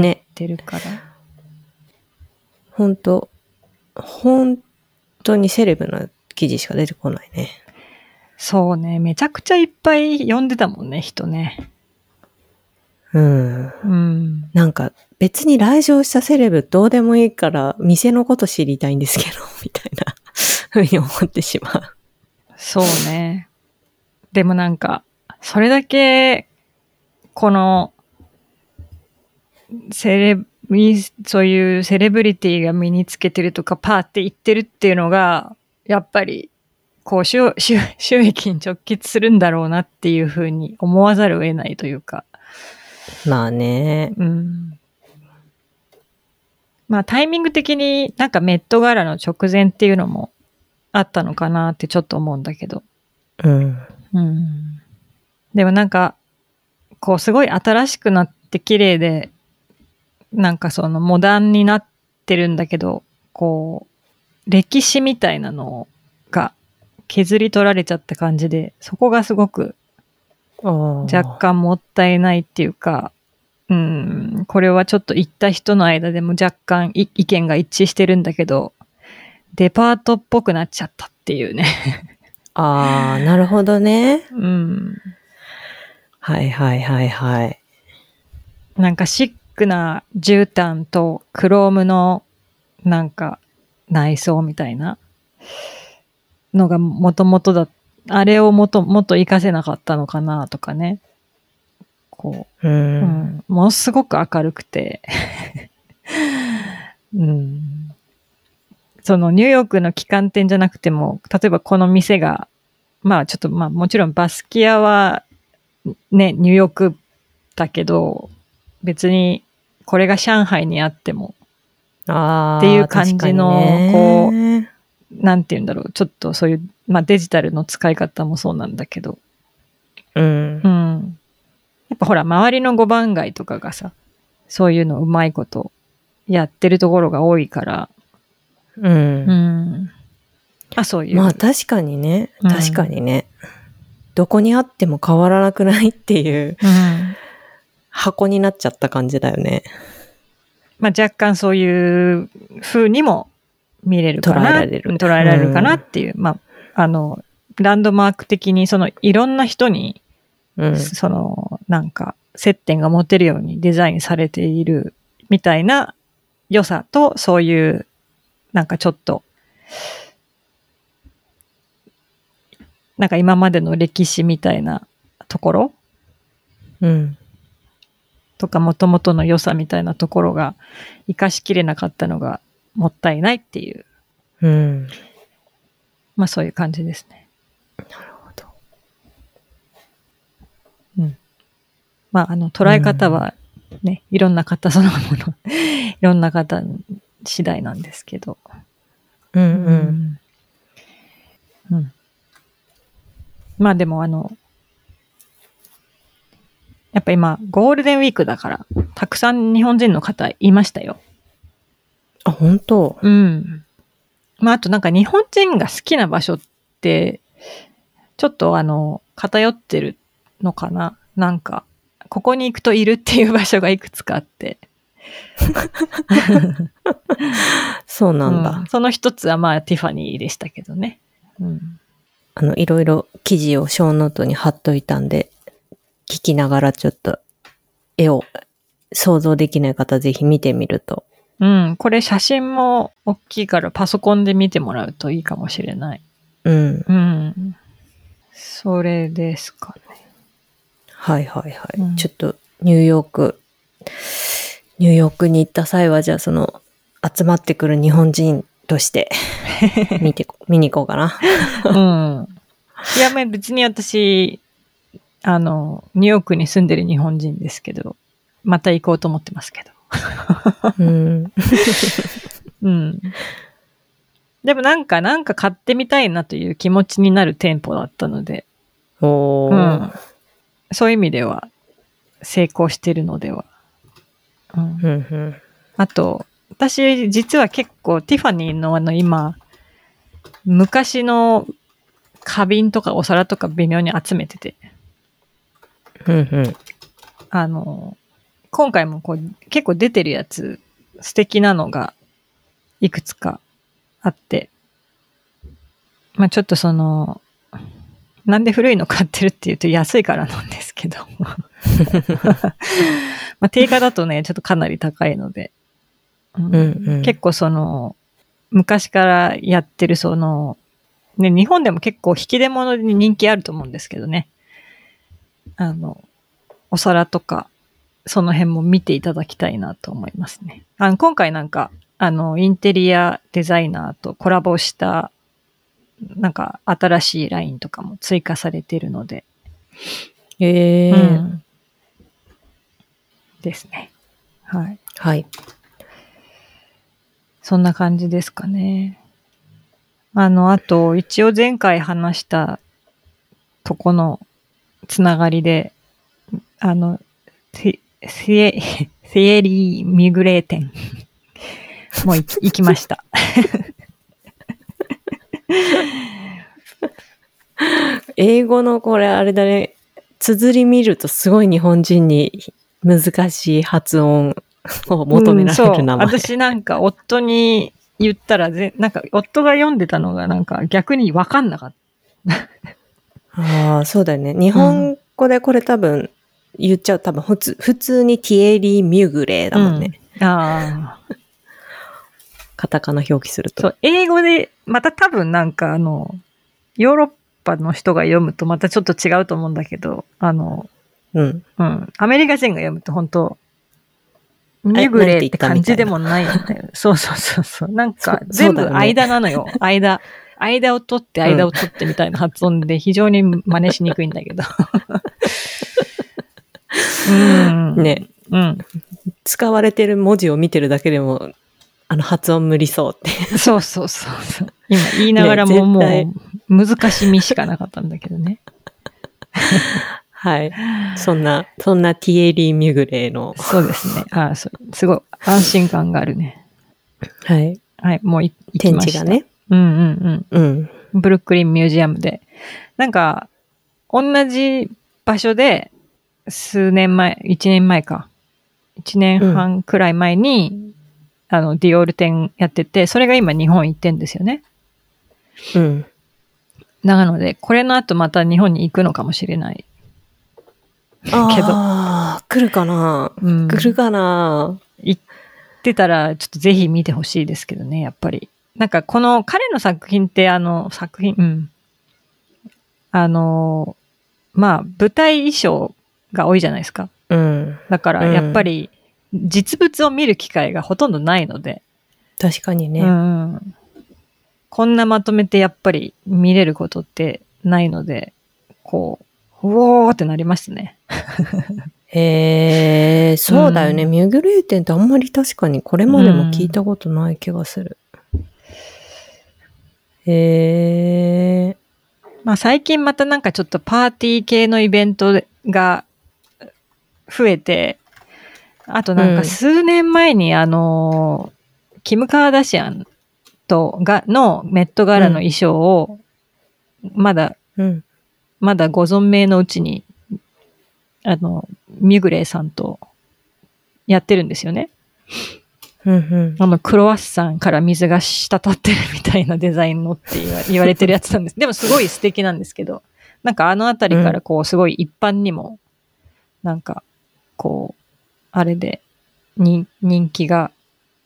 Speaker 2: ね。
Speaker 1: 出るから。
Speaker 2: 本当本当にセレブな記事しか出てこないね。
Speaker 1: そうね。めちゃくちゃいっぱい読んでたもんね、人ね。
Speaker 2: うん。
Speaker 1: うん。
Speaker 2: なんか、別に来場したセレブどうでもいいから、店のこと知りたいんですけど、 みたいな、ふうに思ってしまう。
Speaker 1: そうね。でもなんか、それだけ、この、セレブ、そういうセレブリティが身につけてるとか、パーって行ってるっていうのが、やっぱり、こう収、収 収益に直結するんだろうなっていうふうに思わざるを得ないというか。
Speaker 2: まあね。
Speaker 1: うん。まあタイミング的になんかメットガラの直前っていうのもあったのかなってちょっと思うんだけど。
Speaker 2: うん。
Speaker 1: うん。でもなんか、こうすごい新しくなって綺麗で、なんかそのモダンになってるんだけど、こう、歴史みたいなのが削り取られちゃった感じで、そこがすごく若
Speaker 2: 若。
Speaker 1: 干もったいないっていうか、うん、これはちょっと行った人の間でも若干い意見が一致してるんだけど、デパートっぽくなっちゃったっていうね。
Speaker 2: ああ、なるほどね。
Speaker 1: うん。
Speaker 2: はいはいはいはい。
Speaker 1: なんかシックな絨毯とクロームのなんか内装みたいなのがもともとだ、あれをもともっと活かせなかったのかなとかね。こ
Speaker 2: う。
Speaker 1: う、うんん、ものすごく明るくて、 うん。そのニューヨークの旗艦店じゃなくても、例えばこの店が、まあちょっとまあもちろんバスキアはね、ニューヨークだけど、別にこれが上海にあっても、
Speaker 2: ああ。
Speaker 1: っていう感じの
Speaker 2: 確かにね
Speaker 1: なんて言うんだろう、ちょっとそういう、まあデジタルの使い方もそうなんだけど、
Speaker 2: うん
Speaker 1: う。ん。やっぱほら、周りの5番街とかがさ、そういうのうまいことやってるところが多いから、う
Speaker 2: う。
Speaker 1: んん。あ、そういう。
Speaker 2: まあ確かにね。
Speaker 1: うん
Speaker 2: 確かにね。どこにあっても変わらなくないっていう
Speaker 1: うん。
Speaker 2: 箱になっちゃった感じだよね。
Speaker 1: まあ若干そういう風にも見れるかな。
Speaker 2: 捉えられる
Speaker 1: うん捉えられるかなっていう。まあ、あの、ランドマーク的に、その、いろんな人に、
Speaker 2: うん。
Speaker 1: その、なんか、接点が持てるようにデザインされているみたいな良さと、そういう、なんかちょっと、なんか今までの歴史みたいなところ
Speaker 2: うん。
Speaker 1: とか、もともとの良さみたいなところが活かしきれなかったのがもったいないっていう、
Speaker 2: うん。なる
Speaker 1: まあそういう感じですね。
Speaker 2: ほど。
Speaker 1: まあ、あの、捉え方はね、いろんな方そのもの、 いろんな方次第なんですけど。
Speaker 2: うんうん。
Speaker 1: うん。うん。まあでもあの、やっぱ今、ゴールデンウィークだから、たくさん日本人の方いましたよ。
Speaker 2: あ、本当
Speaker 1: うん。まあ、あとなんか日本人が好きな場所って、ちょっとあの、偏ってるのかななんか、ここに行くといるっていう場所がいくつかあって。
Speaker 2: そうなん
Speaker 1: う
Speaker 2: だ。
Speaker 1: その一つはまあ、ティファニーでしたけどね。うん。
Speaker 2: あの、いろいろ記事を小ノートに貼っといたんで、聞きながらちょっと絵を想像できない方ぜひ見てみると。
Speaker 1: うん。これ写真も大きいからパソコンで見てもらうといいかもしれない。
Speaker 2: うん。
Speaker 1: うん。それですかね。
Speaker 2: はいはいはい。
Speaker 1: うん
Speaker 2: ちょっと、ニューヨーク、ニューヨークに行った際は、じゃあその、集まってくる日本人と して、見てこ、見に行こうかな。
Speaker 1: うん。いや、まあ別に私、あの、ニューヨークに住んでる日本人ですけど、また行こうと思ってますけど。
Speaker 2: うん。
Speaker 1: うん。でもなんか、なんか買ってみたいなという気持ちになる店舗だったので、
Speaker 2: おー。
Speaker 1: うんそういう意味では成功してるのでは。うん、
Speaker 2: うんうん。
Speaker 1: あと、私実は結構ティファニーのあの今、昔の花瓶とかお皿とか微妙に集めてて、
Speaker 2: うんうん。
Speaker 1: あの、今回もこう結構出てるやつ、素敵なのがいくつかあって、まあちょっとその、なんで古いの買ってるっていうと安いからなんですけど。まあ定価だとね、ちょっとかなり高いので。うん
Speaker 2: うんうん
Speaker 1: 結構その、昔からやってるその、ね、日本でも結構引き出物に人気あると思うんですけどね。あの、お皿とか、その辺も見ていただきたいなと思いますね。あの、今回なんか、あの、インテリアデザイナーとコラボした、なんか、新しいラインとかも追加されてるので、
Speaker 2: ええ
Speaker 1: うんですね。はい。
Speaker 2: はい。
Speaker 1: そんな感じですかね。あの、あと、一応前回話したとこのつながりで、あの、セエ、セエリー・ミグレー店もう行き行きました。
Speaker 2: 英語のこれあれだね。綴り見るとすごい日本人に難しい発音を求
Speaker 1: うん
Speaker 2: められ
Speaker 1: そ
Speaker 2: る
Speaker 1: う
Speaker 2: 名前。
Speaker 1: 私なんか夫に言ったらぜ、なんか夫が読んでたのがなんか逆にわかんなかっ
Speaker 2: ああ、そうだよね。日本語でこれ多分言っちゃう。多分普通、普通にティエリー・ミュグレーだ
Speaker 1: た。
Speaker 2: もんね。
Speaker 1: うんああ。
Speaker 2: カタカナ表記する
Speaker 1: そ
Speaker 2: と。
Speaker 1: う、英語で、また多分なんかあの、ヨーロッパの人が読むとまたちょっと違うと思うんだけど、あの、
Speaker 2: うん。
Speaker 1: うん、アメリカ人が読むと本当
Speaker 2: え
Speaker 1: ミグレ
Speaker 2: なんて
Speaker 1: ーっ
Speaker 2: 言ってた
Speaker 1: 感じでもないんだよ。そうそうそうそう。なんか
Speaker 2: そそ
Speaker 1: 全
Speaker 2: うだ
Speaker 1: 部
Speaker 2: よね
Speaker 1: 間なのよ。間。間を取って、
Speaker 2: ん
Speaker 1: 間を取ってみたいな発音で非常に真似しにくいんだ けど。うん。。
Speaker 2: ね。
Speaker 1: うん。
Speaker 2: 使われてる文字を見てるだけでも、あの発音無理そうって。
Speaker 1: そうそうそうそう。今言いながらもも
Speaker 2: ね
Speaker 1: う難しみしかなかったんだけどね。
Speaker 2: はい。そんな、そんなティエリー・ミュグレーの。
Speaker 1: そうです ね。あそうすごい安心感があるね。
Speaker 2: はい。
Speaker 1: はい、もうい行き
Speaker 2: 展
Speaker 1: ま
Speaker 2: 示
Speaker 1: した。
Speaker 2: が。ね。
Speaker 1: うんうん
Speaker 2: うん。
Speaker 1: うん。ブルックリンミュージアムで。なんか、同じ場所で、数年前、1年前か。1年半くらい前に、あの、ディオール展やってて、それが今日本行ってんですよね。
Speaker 2: うん。
Speaker 1: なので、これの後また日本に行くのかもしれない。けど
Speaker 2: ああ、来るかな、
Speaker 1: うん。
Speaker 2: 来るかな
Speaker 1: 行ってたら、ちょっとぜひ見てほしいですけどね、やっぱり。なんかこの彼の作品ってあの作品、うん。あの、まあ舞台衣装が多いじゃないですか。
Speaker 2: うん。
Speaker 1: だから
Speaker 2: うん
Speaker 1: やっぱり実物を見る機会がほとんどないので、
Speaker 2: 確かにね。
Speaker 1: うん。こんなまとめてやっぱり見れることってないので、こう、うおーってなりましたね。
Speaker 2: へえ、そうだよね。
Speaker 1: う
Speaker 2: ミュグレーテンってあんまり確かにこれまでも聞いたことない気がする。へえ、
Speaker 1: まあ最近またなんかちょっとパーティー系のイベントが増えて、あとなん
Speaker 2: う
Speaker 1: か
Speaker 2: ん
Speaker 1: 数年前にあの、キム・カーダシアンとが、のメットガラの衣装を、まだ、
Speaker 2: うん。
Speaker 1: まだご存命のうちに、あの、ミュグレーさんとやってるんですよね。
Speaker 2: うんうん。
Speaker 1: あの、クロワッサンから水が滴ってるみたいなデザインのって言わ言われてるやつなんです。でもすごい素敵なんですけど、なんかあのあたりからこう、すごい一般にも、なんか、こう、あれで、に、人気が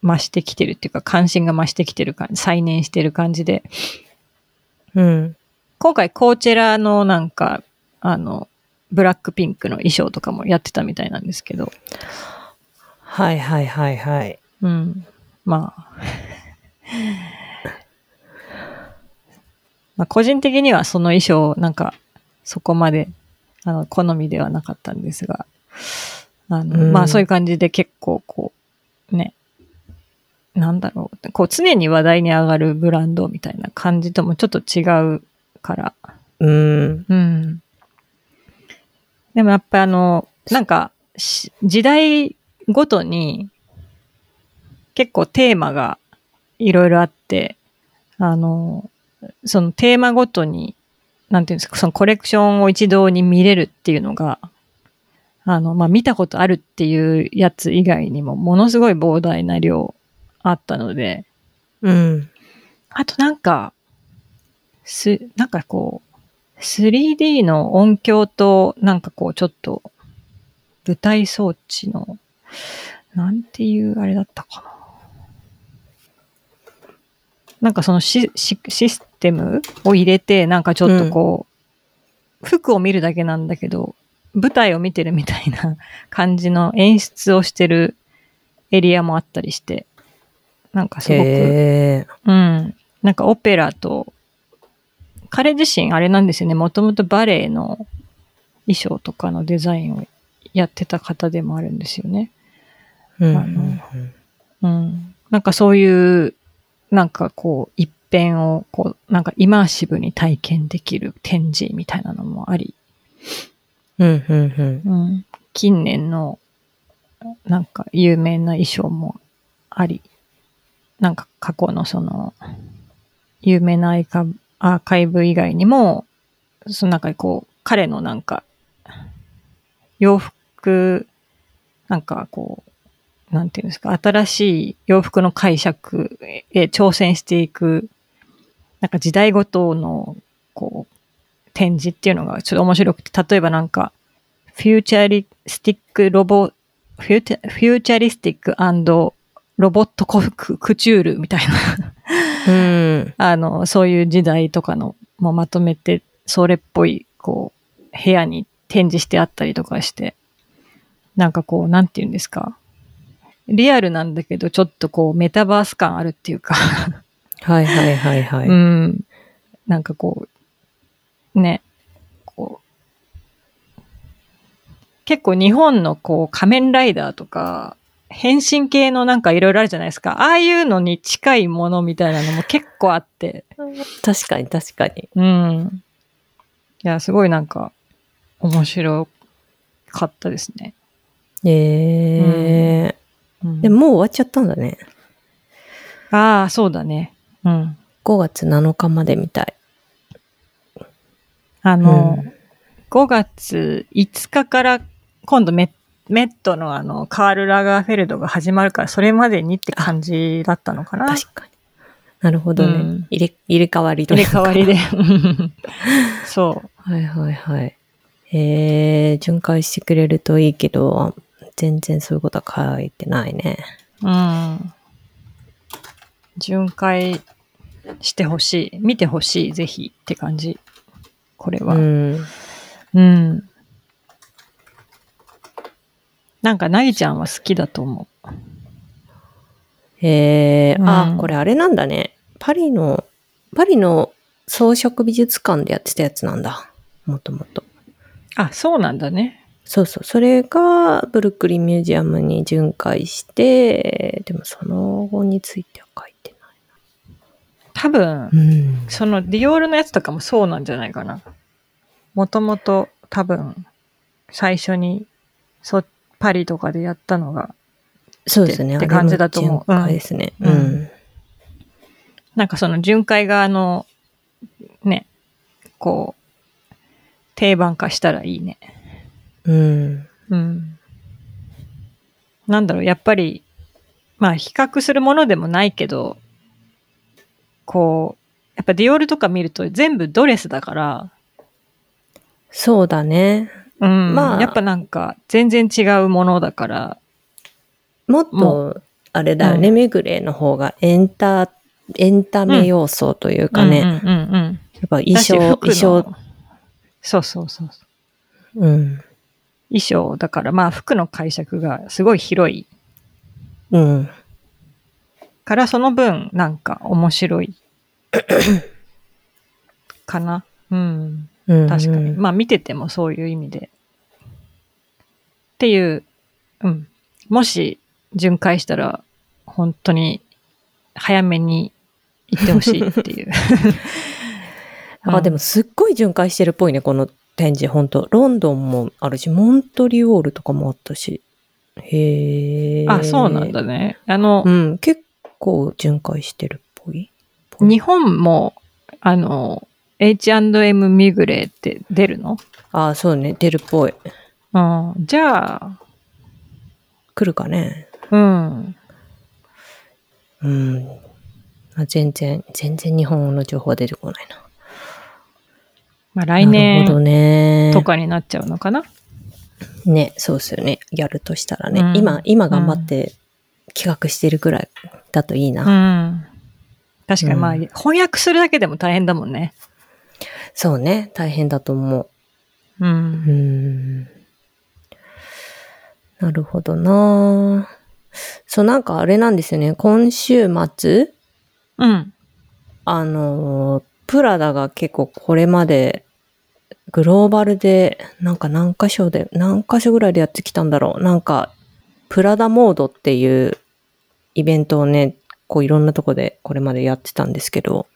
Speaker 1: 増してきてるっていうか、関心が増してきてる感じ、再燃してる感じで、
Speaker 2: うん。
Speaker 1: 今回コーチェラのなんか、あの、ブラックピンクの衣装とかもやってたみたいなんですけど、
Speaker 2: はいはいはいはい。
Speaker 1: うん。まあ。 まあ個人的にはその衣装、なんか、そこまで、あの、好みではなかったんですが、あの、
Speaker 2: うん
Speaker 1: まあそういう感じで結構こう、ね、なんだろう、こう常に話題に上がるブランドみたいな感じともちょっと違うから、
Speaker 2: うん。
Speaker 1: うん。でもやっぱりあの、なんか、し時代ごとに、結構テーマがいろいろあって、あの、そのテーマごとに、なんていうんですか、そのコレクションを一堂に見れるっていうのが、あの、まあ、見たことあるっていうやつ以外にも、ものすごい膨大な量あったので、
Speaker 2: うん。
Speaker 1: あとなんか、す、なんかこう、3D の音響と、なんかこう、ちょっと、舞台装置の、なんていうあれだったかな。なんかそのシシシステムを入れて、なんかちょっとこう、服を見るだけなんだけど、舞台を見てるみたいな 感じの演出をしてるエリアもあったりして、なんかすごく、
Speaker 2: へえ。
Speaker 1: うん。なんかオペラと、彼自身あれなんですよね。もともとバレエの衣装とかのデザインをやってた方でもあるんですよね。
Speaker 2: うんう
Speaker 1: あ
Speaker 2: ん
Speaker 1: のうん。なんかそういう、なんかこう、一辺を、こう、なんかイマーシブに体験できる展示みたいなのもあり、
Speaker 2: うんうんうん。
Speaker 1: うん。近年の、なんか有名な衣装もあり、なんか過去のその、有名なアイカアーカイブ以外にも、その中にこう、彼のなんか、洋服、なんかこう、なんていうんですか、新しい洋服の解釈へ挑戦していく、なんか時代ごとの、こう、展示っていうのがちょっと面白くて、例えばなんか、フューチャリスティックロボ、フューチャフューチャリスティックロボットコククチュールみたいな、
Speaker 2: うん。
Speaker 1: あの、そういう時代とかのもまとめて、それっぽい、こう、部屋に展示してあったりとかして、なんかこう、なんて言うんですか。リアルなんだけど、ちょっとこう、メタバース感あるっていうか、
Speaker 2: はいはいはいはい。
Speaker 1: うん。なんかこう、ね、こう、結構日本のこう仮面ライダーとか、変身系のなんかいろいろあるじゃないですか。ああいうのに近いものみたいなのも結構あって。
Speaker 2: 確かに確かに。
Speaker 1: うん。いや、すごいなんか面白かったですね。
Speaker 2: ええ。
Speaker 1: うん、
Speaker 2: でももう終わっちゃったんだね。
Speaker 1: ああ、そうだね。うん。
Speaker 2: 5月7日までみたい。
Speaker 1: あ
Speaker 2: う
Speaker 1: の、
Speaker 2: ん。
Speaker 1: 5月5日から今度メメットのあのカール・ラガーフェルドが始まるからそれまでにって感じだったのかな
Speaker 2: 確かに。なるほど
Speaker 1: う
Speaker 2: ね
Speaker 1: ん。
Speaker 2: 入れ、入れ替わりと
Speaker 1: 入
Speaker 2: い
Speaker 1: れ
Speaker 2: う
Speaker 1: 替
Speaker 2: か
Speaker 1: わり で。そう。
Speaker 2: はいはいはい。えー、巡回してくれるといいけど、全然そういうことは書いてないね。
Speaker 1: うん。巡回してほしい。見てほしい。ぜひって感じ。これは。
Speaker 2: うん。
Speaker 1: うん。なんか、なぎちゃんは好きだと思う。
Speaker 2: えー
Speaker 1: うん
Speaker 2: あ、これあれなんだね。パリの、パリの装飾美術館でやってたやつなんだ。もともと。
Speaker 1: あ、そうなんだね。
Speaker 2: そうそう。それが、ブルックリンミュージアムに巡回して、でもその後については書いて
Speaker 1: 多分、
Speaker 2: ない。うん。
Speaker 1: そのディオールのやつとかもそうなんじゃないかな。もともと多分最初にそパリとかでやったのが、
Speaker 2: そうですね。
Speaker 1: って感じだと思う
Speaker 2: あれも巡回ですね。
Speaker 1: う
Speaker 2: うんん。
Speaker 1: なんかその巡回があの、ね、こう、定番化したらいいね。
Speaker 2: うん。
Speaker 1: うん。なんだろう、やっぱり、まあ比較するものでもないけど、こう、やっぱディオールとか見ると全部ドレスだから、
Speaker 2: そうだね。
Speaker 1: うん、
Speaker 2: まあ
Speaker 1: やっぱなんか全然違うものだから、
Speaker 2: もっ
Speaker 1: も
Speaker 2: と、あれだよね、
Speaker 1: うん
Speaker 2: めぐれの方がエンタ、エンタメ要素というかね、
Speaker 1: うんうんうんうん
Speaker 2: っぱ衣装、
Speaker 1: だし服の
Speaker 2: 衣装、
Speaker 1: そうそうそう。
Speaker 2: うん。
Speaker 1: 衣装だから、まあ服の解釈がすごい広い
Speaker 2: うん。
Speaker 1: から、その分なんか面白 いかな。うん。
Speaker 2: うん。
Speaker 1: 確かに。
Speaker 2: うん
Speaker 1: まあ見ててもそういう意味で。っていう、うん。もし巡回したら、本当に早めに行ってほしいっていう。
Speaker 2: あ、でもすっごい巡回してるっぽいね、この展示、本当ロンドンもあるし、モントリオールとかもあったし。へえ。
Speaker 1: あ、そうなんだ。ね。あの
Speaker 2: う、ん、結構巡回してるっぽい。
Speaker 1: 日本も、あの、H&M ミグレーって出るの
Speaker 2: あ、そうね、出るっぽい。
Speaker 1: うん。じゃあ、
Speaker 2: 来るかね。
Speaker 1: うん。
Speaker 2: うん。あ全然、全然日本語の情報は出てこないな。
Speaker 1: まあ来
Speaker 2: なるほど
Speaker 1: 年
Speaker 2: ね。
Speaker 1: とかになっちゃうのかな
Speaker 2: ね、そうですよね。やるとしたらね。
Speaker 1: うん
Speaker 2: 今、今頑張って企画してるぐらいだといいな。
Speaker 1: うん。確かにまあ、
Speaker 2: うん
Speaker 1: 翻訳するだけでも大変だもんね。
Speaker 2: そうね、大変だと思
Speaker 1: う。
Speaker 2: う。うんーん。なるほどなそう、なんかあれなんですよね。今週末、
Speaker 1: うん。
Speaker 2: あのー、プラダが結構これまで、グローバルで、なんか何箇所で、何箇所ぐらいでやってきたんだろう。なんか、プラダモードっていうイベントをね、こういろんなとこでこれまでやってたんですけど、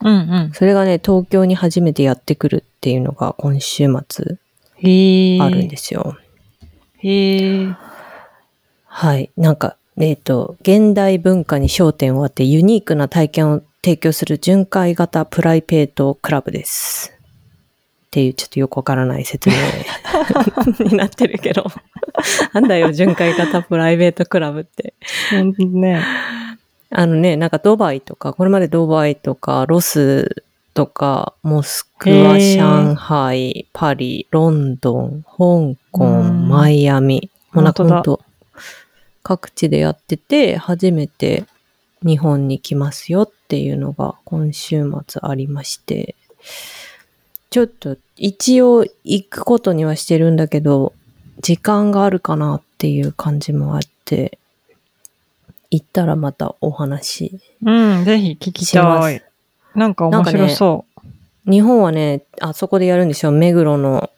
Speaker 1: うんうん。
Speaker 2: それがね、東京に初めてやってくるっていうのが今週末
Speaker 1: へえ。
Speaker 2: あるんですよ。
Speaker 1: へえ。
Speaker 2: はい。なんか、えっ、と、現代文化に焦点を当てユニークな体験を提供する巡回型プライベートクラブです。っていう、ちょっとよくわからない説明 になってるけど。なんだよ、巡回型プライベートクラブって。
Speaker 1: 本当ね。
Speaker 2: あのね、なんかドバイとか、これまでドバイとか、ロスとか、モスク
Speaker 1: へ
Speaker 2: ワ、
Speaker 1: ー
Speaker 2: 上海、パリ、ロンドン、香港、
Speaker 1: うん
Speaker 2: マイアミ。もうなんか
Speaker 1: 本当だ
Speaker 2: ほんと各地でやってて、初めて日本に来ますよっていうのが今週末ありまして、ちょっと一応行くことにはしてるんだけど、時間があるかなっていう感じもあって、行ったらまたお話
Speaker 1: うん、ぜひ聞き
Speaker 2: しま
Speaker 1: た
Speaker 2: す
Speaker 1: い。。なんか面白そ
Speaker 2: 日本はね、あそこでやるんですよ。目黒の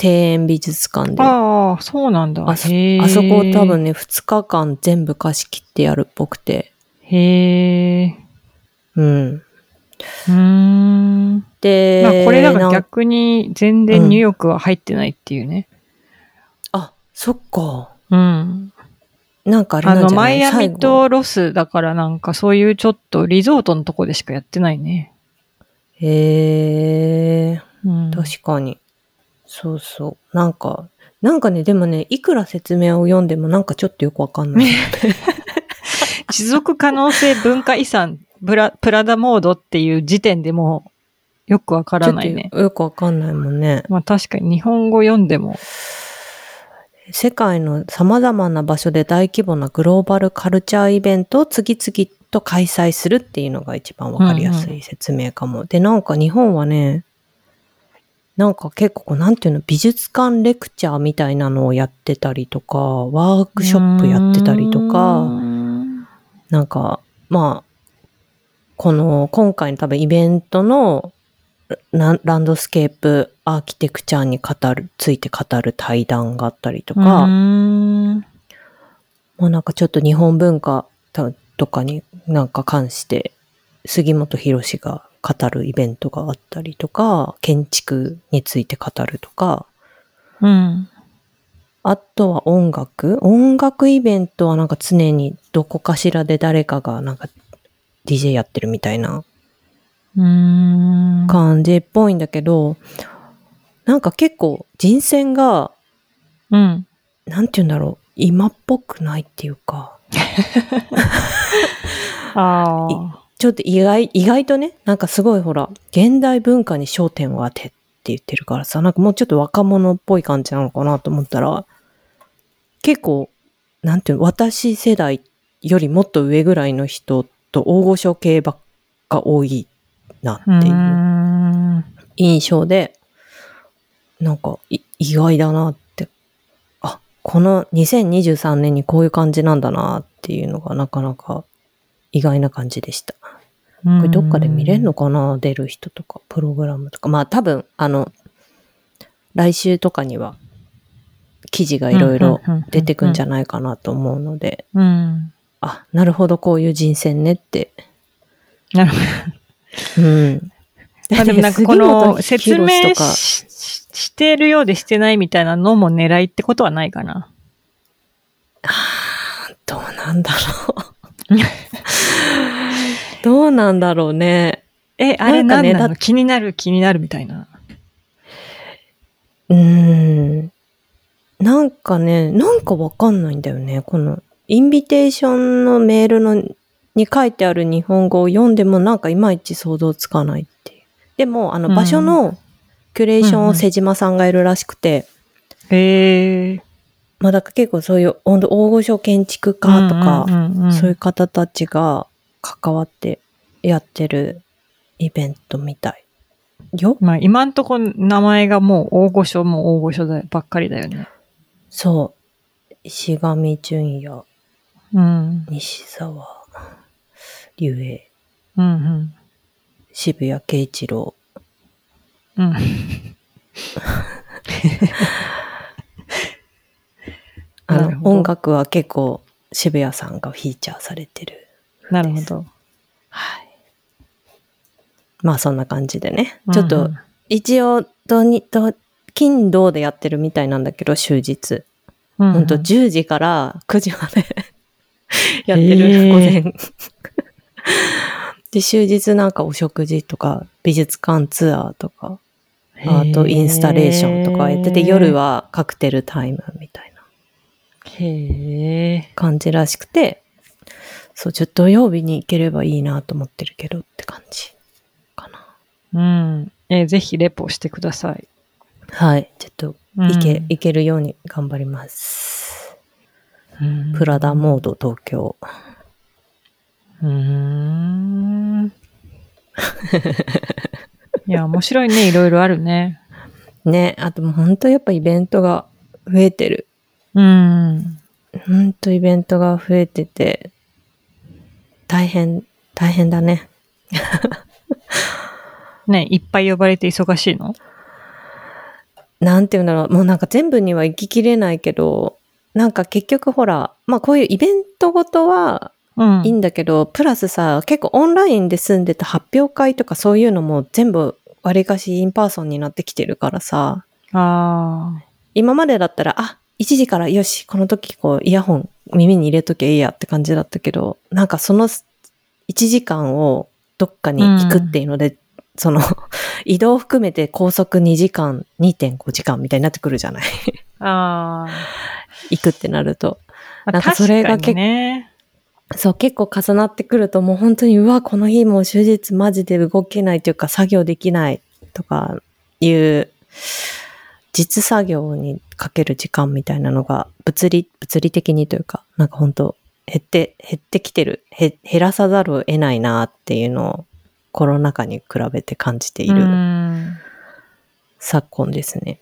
Speaker 2: 庭園美術館
Speaker 1: う。
Speaker 2: で。あ
Speaker 1: ああ、そうなんだ。
Speaker 2: そ
Speaker 1: へえ
Speaker 2: あそこを多分。ね、2日間全部貸し切ってやるっぽくて。
Speaker 1: へえ。
Speaker 2: うん。
Speaker 1: うーん。ま
Speaker 2: で、
Speaker 1: あ、これだから
Speaker 2: なん
Speaker 1: 逆に全然ニューヨークは入ってないっていうね。
Speaker 2: あ、そっか。
Speaker 1: うん。
Speaker 2: なんかあれ
Speaker 1: あ
Speaker 2: なん
Speaker 1: の、
Speaker 2: じゃな
Speaker 1: マ
Speaker 2: い
Speaker 1: イアミ
Speaker 2: 最後
Speaker 1: とロスだからなんかそういうちょっとリゾートのとこでしかやってないね。
Speaker 2: へえ、
Speaker 1: うん。
Speaker 2: 確かに。そうそう。なんか、なんかね、でもね、いくら説明を読んでもなんかちょっとよくわか んない。
Speaker 1: 持続可能性文化遺産ブラ プラダモードっていう時点でもうよくわからないね
Speaker 2: ちょ。っとよくわかんないもんね。
Speaker 1: まあ確かに日本語読んでも。
Speaker 2: 世界の様々な場所で大規模なグローバルカルチャーイベントを次々と開催するっていうのが一番わかりやすい説明かも。で、なんか日本はね、なんか結構こう、なんていうの、美術館レクチャーみたいなのをやってたりとか、ワークショップやってたりと
Speaker 1: う
Speaker 2: か、
Speaker 1: ん
Speaker 2: なんか、まあ、この今回の多分イベントのラランドスケープアーキテクチャーに語る、ついて語る対談があったりとか、
Speaker 1: うん
Speaker 2: もうなんかちょっと日本文化とかになんか関して、杉本博士が語るイベントがあったりとか、建築について語るとか、
Speaker 1: うん。
Speaker 2: あとは音楽。音楽イベントはなんか常にどこかしらで誰かがなんか DJ やってるみたいな
Speaker 1: うん。
Speaker 2: 感じっぽいんだけど、なんか結構人選が、
Speaker 1: うん。
Speaker 2: なんて言うんだろう、今っぽくないっていうか、
Speaker 1: ああ。
Speaker 2: ちょっと意外、意外とね、なんかすごいほら、現代文化に焦点を当てって言ってるからさ、なんかもうちょっと若者っぽい感じなのかなと思ったら、結構、なんていうの、私世代よりもっと上ぐらいの人と大御所系ばっか多いな
Speaker 1: うー。
Speaker 2: っていうん印象で、なんかい意外だなって、あ、この2023年にこういう感じなんだなっていうのがなかなか意外な感じでした。
Speaker 1: こ
Speaker 2: これどっかで見れるのかな出る人とか、プログラムとか。まあ多分、あの、来週とかには記事がいろいろ出てくんじゃ
Speaker 1: な
Speaker 2: ないかなと思うので、
Speaker 1: いうん。
Speaker 2: あ、なるほど、こういう人選ねって。
Speaker 1: なるほど。
Speaker 2: うん。
Speaker 1: まあでも なんかこの説明
Speaker 2: し
Speaker 1: しししてるようでしてないみたいなのも狙いってことはないかな。
Speaker 2: どうなんだろう。 どうなんだろうね。
Speaker 1: え、あれなんな
Speaker 2: なんかね
Speaker 1: の
Speaker 2: だ
Speaker 1: 気になる気になるみたいな。
Speaker 2: うーん。なんかね、なんかわかんないんだよね。この、インビテーションのメールのに書いてある日本語を読んでもなんかいまいち想像つかないっていう。でも、あの、
Speaker 1: うん
Speaker 2: 場所のキュレーショ
Speaker 1: う
Speaker 2: ン
Speaker 1: んうん
Speaker 2: を瀬島さんがいるらしくて、
Speaker 1: へえ。
Speaker 2: まあだから結構そういう、ほんと大御所建築家とか、
Speaker 1: うんうんうん
Speaker 2: そういう方たちが関わってやってるイベントみたい。よ
Speaker 1: まあ今んとこ名前がもう大御所も大御所だばっかりだよね。
Speaker 2: そう。石上淳也、
Speaker 1: うん。
Speaker 2: 西沢龍英、
Speaker 1: うんうん。
Speaker 2: 渋谷慶一郎。
Speaker 1: うん。
Speaker 2: あ
Speaker 1: なる
Speaker 2: の、
Speaker 1: ほど
Speaker 2: 音楽は結構渋谷さんがフィーチャーされてる。
Speaker 1: なるほど。
Speaker 2: はい。まあそんな感じでね。
Speaker 1: うん
Speaker 2: ちょっと、一応、土に、土、金土でやってるみたいなんだけど、終日。
Speaker 1: うんうん、
Speaker 2: ほんと10時から9時までやってる、
Speaker 1: へー
Speaker 2: 午前。で、終日なんかお食事とか、美術館ツアーとか、
Speaker 1: へー
Speaker 2: アートインスタレーションとかやってて、夜。はカクテルタイムみたいな
Speaker 1: へえ。
Speaker 2: 感じらしくて、そう、ちょっと土曜日に行ければいいなと思ってるけどって感じかな。
Speaker 1: うん。えーぜひレポしてください。
Speaker 2: はい。ちょっと、
Speaker 1: うん
Speaker 2: 行け、行けるように頑張ります。
Speaker 1: うん
Speaker 2: プラダモード東京。
Speaker 1: うーん。いや、面白いね。いろいろあるね。
Speaker 2: ね、あともう本当やっぱイベントが増えてる。
Speaker 1: うん。
Speaker 2: ほんとイベントが増えてて、大変、大変だね。
Speaker 1: ね、いっぱい呼ばれて忙しいの
Speaker 2: なんて言うんだろう。もうなんか全部には行ききれないけど、なんか結局ほら、まあこういうイベントごとは
Speaker 1: うん。
Speaker 2: いいんだけど、プラスさ、結構オンラインで住んでた発表会とかそういうのも全部割かしインパーソンになってきてるからさ、
Speaker 1: ああ。
Speaker 2: 今までだったら、あ、1時からよし、この時こうイヤホン耳に入れときゃいいやって感じだったけど、なんかその1時間をどっかに行くっていうので、その移動含めて高速2時間、2.5時間みたいになってくるじゃない
Speaker 1: あ
Speaker 2: 行くってなると。
Speaker 1: あ。
Speaker 2: なんかそれが
Speaker 1: 確か
Speaker 2: 結構
Speaker 1: にね。
Speaker 2: そう、結構重なってくるともう本当に、うわ、この日もう終日マジで動けないというか作業できないとかいう、実作業にかける時間みたいなのが物理、物理的にというか、なんか本当減って、減ってきてる、へ減らさざるを得ないなっていうのをコロナ禍に比べて感じていうる
Speaker 1: ん
Speaker 2: 昨今ですね。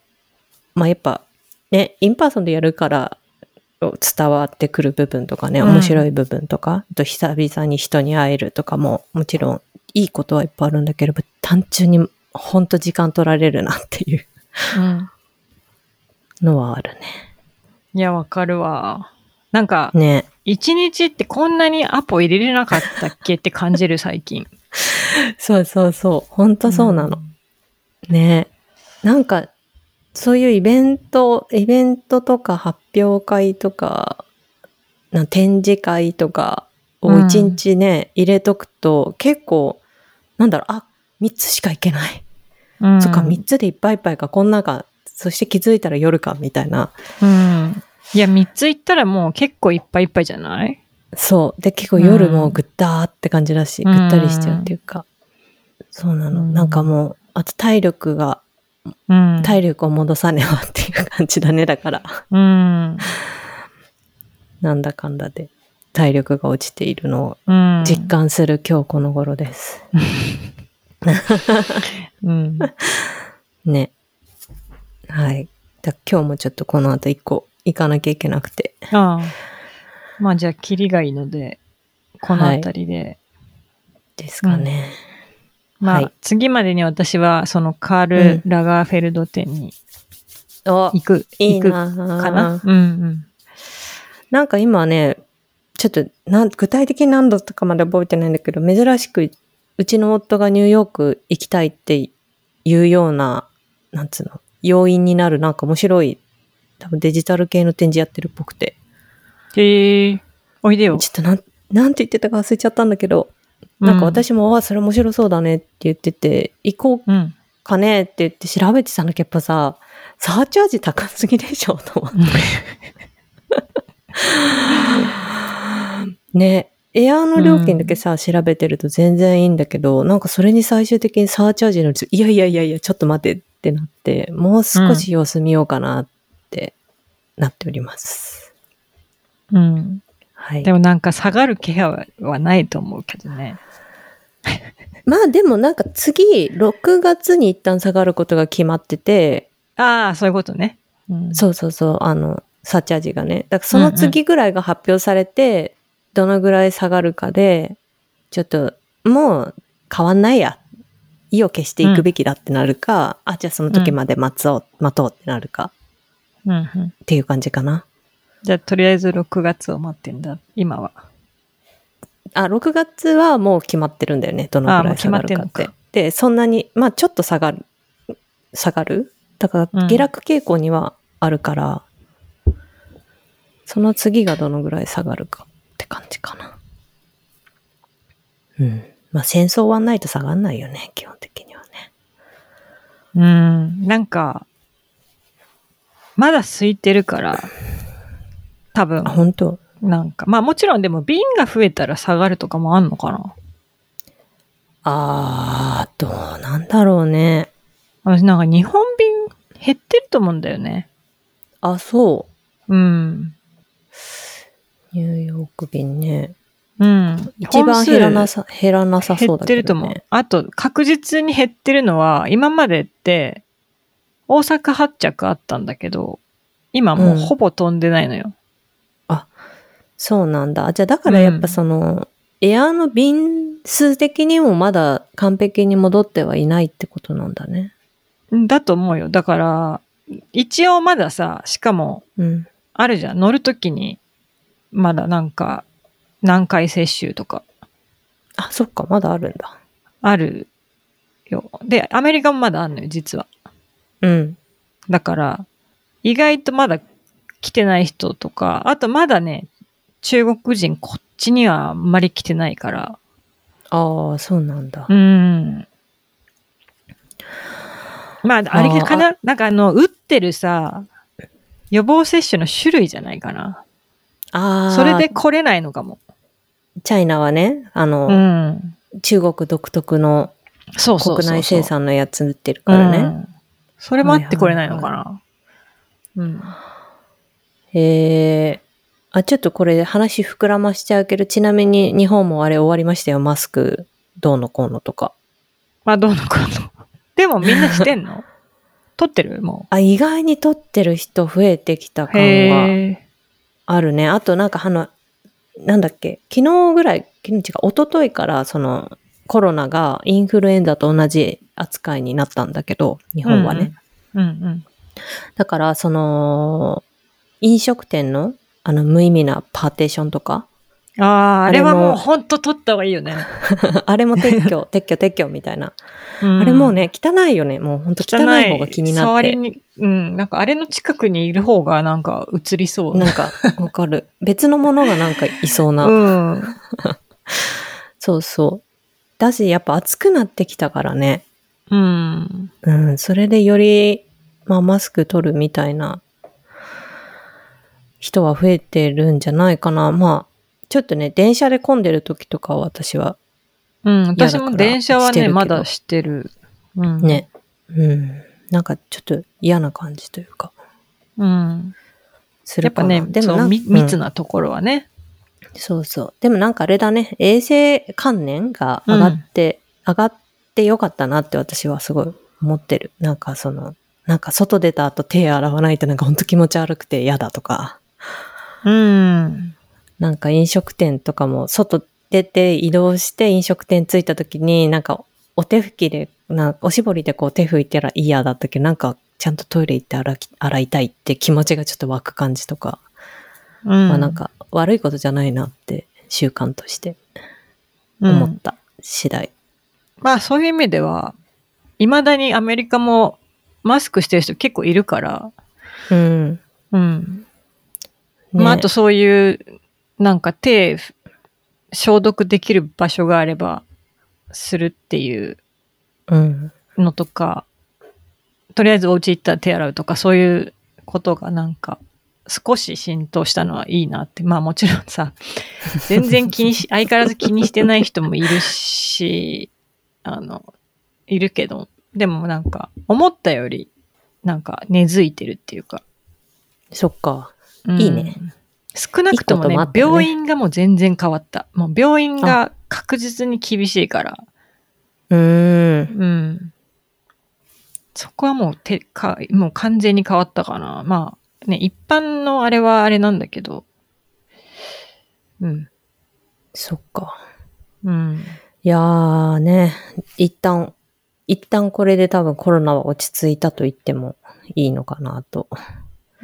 Speaker 2: まあやっぱね、インパーソンでやるから伝わってくる部分とかね、
Speaker 1: うん
Speaker 2: 面白い部分とか、あと久々に人に会えるとかも、もちろんいいことはいっぱいあるんだけれど、単純にほんと時間取られるなっていう
Speaker 1: うん。
Speaker 2: のはあるね。
Speaker 1: いや、わかるわ。なんか、
Speaker 2: ね。
Speaker 1: 一日ってこんなにアポ入れれなかったっけって感じる、最近。
Speaker 2: そうそうそう。ほんとそうなの。ね。なんか、そういうイベント、イベントとか発表会とか、な展示会とか
Speaker 1: う
Speaker 2: を
Speaker 1: ん
Speaker 2: 一日ね、入れとくと結構、なんだろう、あ、3つしか行けない。
Speaker 1: うん。
Speaker 2: そっか、3つでいっぱいいっぱいか、こん中、そして気づいたら夜か、みたいな。
Speaker 1: うん。いや、3つ行ったらもう結構いっぱいいっぱいじゃない
Speaker 2: そう。で、結構夜もぐったーって感じだし、
Speaker 1: うん
Speaker 2: ぐったりしちゃうっていうか。そうなの。
Speaker 1: うん
Speaker 2: なんかもう、あと体力が
Speaker 1: うん。
Speaker 2: 体力を戻さねばっていう感じだね。だから、
Speaker 1: うん。
Speaker 2: なんだかんだで体力が落ちているのを
Speaker 1: うん。
Speaker 2: 実感する今日この頃です。
Speaker 1: うん。
Speaker 2: ね。はい。だ今日もちょっとこの後一個行かなきゃいけなくて。
Speaker 1: ああ。まあじゃあ、キリがいいので、このあたりで、
Speaker 2: ですかね。
Speaker 1: まあ、
Speaker 2: はい
Speaker 1: 次までに私は、そのカール・ラガーフェルド店に
Speaker 2: あ、
Speaker 1: 行く、
Speaker 2: いい
Speaker 1: 行く
Speaker 2: なぁ
Speaker 1: かな。うんうん。
Speaker 2: なんか今ね、ちょっとなん具体的に何度とかまで覚えてないんだけど、珍しくうちの夫がニューヨーク行きたいっていうような、なんつうの、要因になるなんか面白い、多分デジタル系の展示やってるっぽくて。
Speaker 1: へえ、おいでよ。
Speaker 2: ちょっとなん、なんて言ってたか忘れちゃったんだけど、なんか私も、あ、それ面白そうだねって言ってて、行こう
Speaker 1: うん、うん。
Speaker 2: かねって言って調べてたんだけどやっぱさ、サーチャージ高すぎでしょと思って。ね。エアーの料金だけさ、調べてると全然いいんだけど、なんかそれに最終的にサーチャージの率、いやいやいやいや、ちょっと待ってってなって、もう少し様子見ようかなってなっております。
Speaker 1: うん。
Speaker 2: はい
Speaker 1: で。もなんか下がる気配ははないと思うけどね。
Speaker 2: まあでもなんか次、6月に一旦下がることが決まってて、
Speaker 1: ああ、そういうことね。うん、
Speaker 2: そうそうそう、あの、サーチャージがね。だからその次ぐらいが発表されて、どのぐらい下がるかで、ちょっと、もう変わんないや。意を消していくべきだってなるか、あ、じゃあその時まで待つを、待とうってなるか
Speaker 1: うんうん。
Speaker 2: っていう感じかな。
Speaker 1: じゃあ、とりあえず6月を待ってんだ、今は。
Speaker 2: あ、6月はもう決まってるんだよね。どのぐらい下がるか
Speaker 1: あもう
Speaker 2: っ
Speaker 1: 決まって
Speaker 2: て。
Speaker 1: んの
Speaker 2: で、そんなに、まあちょっと下がる、下がるだか
Speaker 1: う
Speaker 2: ら
Speaker 1: ん
Speaker 2: 下落傾向にはあるから、その次がどのぐらい下がるかって感じかな。うん。まあ戦争終わんないと下がんないよね、基本的にはね。
Speaker 1: うん。なんか、まだ空いてるから、多分
Speaker 2: あ、、本当
Speaker 1: なんか、まあもちろんでも瓶が増えたら下がるとかもあんのかな。
Speaker 2: あー、どうなんだろうね。
Speaker 1: 私なんか日本瓶減ってると思うんだよね。
Speaker 2: あ、そ
Speaker 1: うん。
Speaker 2: う。ニューヨーク便ね。
Speaker 1: うん。
Speaker 2: 一番
Speaker 1: 本数
Speaker 2: 減らなさ、減らなさそうだ
Speaker 1: 減って
Speaker 2: け
Speaker 1: ると
Speaker 2: ど
Speaker 1: 思
Speaker 2: ね
Speaker 1: う。。あと、確実に減ってるのは、今までって、大阪発着あったんだけど、今もうほぼ飛んでないのよ。
Speaker 2: そうなんだ。あじゃあだからやっぱその、エアーの便数的にもまだ完璧に戻ってはいないってことなんだね。
Speaker 1: だと思うよ。だから、一応まださ、しかも、
Speaker 2: うん。
Speaker 1: あるじゃん。乗るときに、まだなんか、何回接種とか、
Speaker 2: あ、そっか、まだあるんだ。
Speaker 1: あるよ。で、アメリカもまだあんのよ、実は。
Speaker 2: うん。
Speaker 1: だから、意外とまだ来てない人とか、あとまだね、中国人こっちにはあんまり来てないから、
Speaker 2: ああ、そうなんだ
Speaker 1: う。ん。まあ、あれかななんかあの、打ってるさ、予防接種の種類じゃないかな。
Speaker 2: ああ、
Speaker 1: それで、来れないのかも。
Speaker 2: チャイナはね、あ
Speaker 1: う
Speaker 2: の、
Speaker 1: ん。
Speaker 2: 中国独特の
Speaker 1: そうそうそうそう。
Speaker 2: 国内生産のやつ売ってるから
Speaker 1: う
Speaker 2: ね。
Speaker 1: んそれもあって来れないのかな。うん。
Speaker 2: へえ。あ、ちょっとこれ話膨らましちゃうけど、ちなみに日本もあれ終わりましたよ、マスク、どうのこうのとか。
Speaker 1: まあ、どうのこうの。 でもみんなしてん の取ってるも
Speaker 2: あ、意外に取ってる人増えてきた
Speaker 1: う。
Speaker 2: 感は。
Speaker 1: へえ。
Speaker 2: あるね。あとなんかあの、なんだっけ、昨日ぐらい、昨日違う、一昨日からそのコロナがインフルエンザと同じ扱いになったんだけど、日本はね。
Speaker 1: うんうん。
Speaker 2: だからその、飲食店のあの無意味なパーテーションとか、
Speaker 1: ああ、あれは
Speaker 2: あれも
Speaker 1: もうほんと取った方がいいよね。
Speaker 2: あれも 撤去、撤去、撤去みたいな。
Speaker 1: うん
Speaker 2: あれもうね、汚いよね。もうほんと汚い方が気になっ
Speaker 1: 触り
Speaker 2: て。
Speaker 1: に、うん、なんかあれの近くにいる方がなんか映りそう。
Speaker 2: なんか、わかる。別のものがなんかいそうな。
Speaker 1: うん。
Speaker 2: そうそう。だし、やっぱ暑くなってきたからね。
Speaker 1: うん。
Speaker 2: うん、それでより、まあ、マスク取るみたいな人は増えてるんじゃないかな。まあ、ちょっとね、電車で混んでる時とかは私は
Speaker 1: うん、私
Speaker 2: いやだか
Speaker 1: も
Speaker 2: ら
Speaker 1: 電車は
Speaker 2: してる
Speaker 1: ね、
Speaker 2: けど
Speaker 1: まだしてる。うん。。
Speaker 2: ね、うん、なんかちょっと嫌な感じというか、
Speaker 1: うん。
Speaker 2: す
Speaker 1: や
Speaker 2: る
Speaker 1: っぱ
Speaker 2: かな。
Speaker 1: ね、でも
Speaker 2: なん
Speaker 1: 密
Speaker 2: うん
Speaker 1: なところはね。
Speaker 2: そうそう。でもなんかあれだね、衛生観念が上がって、上がってよかったなって私はすごい思ってる。なんかその、なんか外出た後手洗わないとなんかほんと気持ち悪くて嫌だとか、
Speaker 1: うん。
Speaker 2: なんか飲食店とかも外出て移動して飲食店着いた時になんかお手拭きで、なんかおしぼりでこう手拭いたら嫌だったけどなんかちゃんとトイレ行って洗き洗いたいって気持ちがちょっと湧く感じとか、
Speaker 1: うん。
Speaker 2: まあなんか悪いことじゃないなって習慣として
Speaker 1: うん、
Speaker 2: 思った次第。
Speaker 1: まあそういう意味では、未だにアメリカもマスクしてる人結構いるから、
Speaker 2: うん。
Speaker 1: うん。
Speaker 2: ね
Speaker 1: まああとそういう、なんか手、消毒できる場所があれば、するっていう
Speaker 2: うん。
Speaker 1: のとか、とりあえずお家行ったら手洗うとか、そういうことがなんか、少し浸透したのはいいなって。まあもちろん さ、全然気にし、相変わらず気にしてない人もいるし、あの、いるけど、でもなんか、思ったより、なんか根付いてるっていうか。
Speaker 2: そっか。
Speaker 1: うん
Speaker 2: いいね。
Speaker 1: 少なくとも
Speaker 2: いいこと
Speaker 1: ね
Speaker 2: もあったね
Speaker 1: 病院がもう全然変わった。もう病院が確実に厳しいから。
Speaker 2: うーん。
Speaker 1: うん。そこはもうてか、もう完全に変わったかな。まあ、ね、一般のあれはあれなんだけど。うん。
Speaker 2: そっか。
Speaker 1: うん。
Speaker 2: いやーね、一旦、一旦これで多分コロナは落ち着いたと言ってもいいのかなと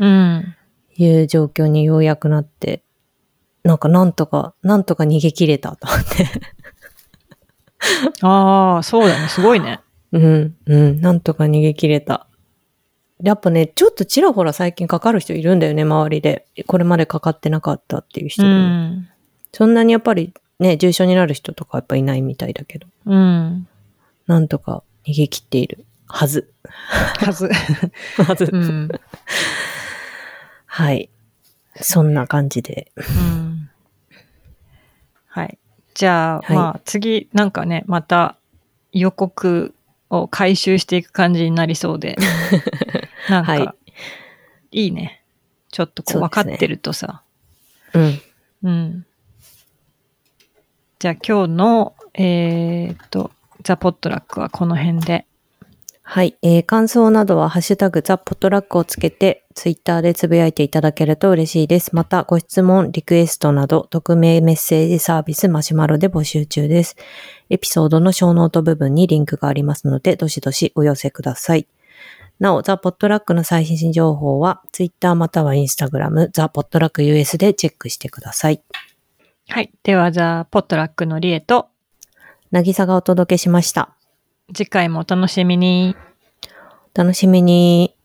Speaker 1: うん。
Speaker 2: いう状況にようやくなって、なんかなんとか、なんとか逃げ切れたと思 って。
Speaker 1: ああ、そうだね。すごいね。
Speaker 2: うん、うん、なんとか逃げ切れた。やっぱね、ちょっとちらほら最近かかる人いるんだよね、周りで。これまでかかってなかったっていう人
Speaker 1: う
Speaker 2: でも、
Speaker 1: ん。
Speaker 2: そんなにやっぱりね、重症になる人とかやっぱいないみたいだけど、
Speaker 1: うん。
Speaker 2: なんとか逃げ切っているはず。
Speaker 1: はず。
Speaker 2: はず
Speaker 1: うん。
Speaker 2: はい。そんな感じで。
Speaker 1: うんはい。じゃあ、
Speaker 2: はい
Speaker 1: まあ次、なんかね、また予告を回収していく感じになりそう で、なんか、
Speaker 2: はい
Speaker 1: い、いね。ちょっとこ
Speaker 2: そうう
Speaker 1: 分
Speaker 2: で
Speaker 1: か
Speaker 2: すね
Speaker 1: ってるとさ。
Speaker 2: うん。
Speaker 1: うん。じゃあ今日の、えーっと、ザ・ポットラックはこの辺で。
Speaker 2: はい。えー感想などは、ハッシュタグ、ザ・ポトラックをつけて、ツイッターでつぶやいていただけると嬉しいです。また、ご質問、リクエストなど、匿名メッセージサービス、マシュマロで募集中です。エピソードの小ノート部分にリンクがありますので、どしどしお寄せください。なお、ザ・ポットラックの最新情報は、ツイッターまたはインスタグラム、ザ・ポットラック US でチェックしてください。
Speaker 1: はい。では、ザ・ポットラックのリエと、
Speaker 2: なぎさがお届けしました。
Speaker 1: 次回もお楽しみに。
Speaker 2: お楽しみに。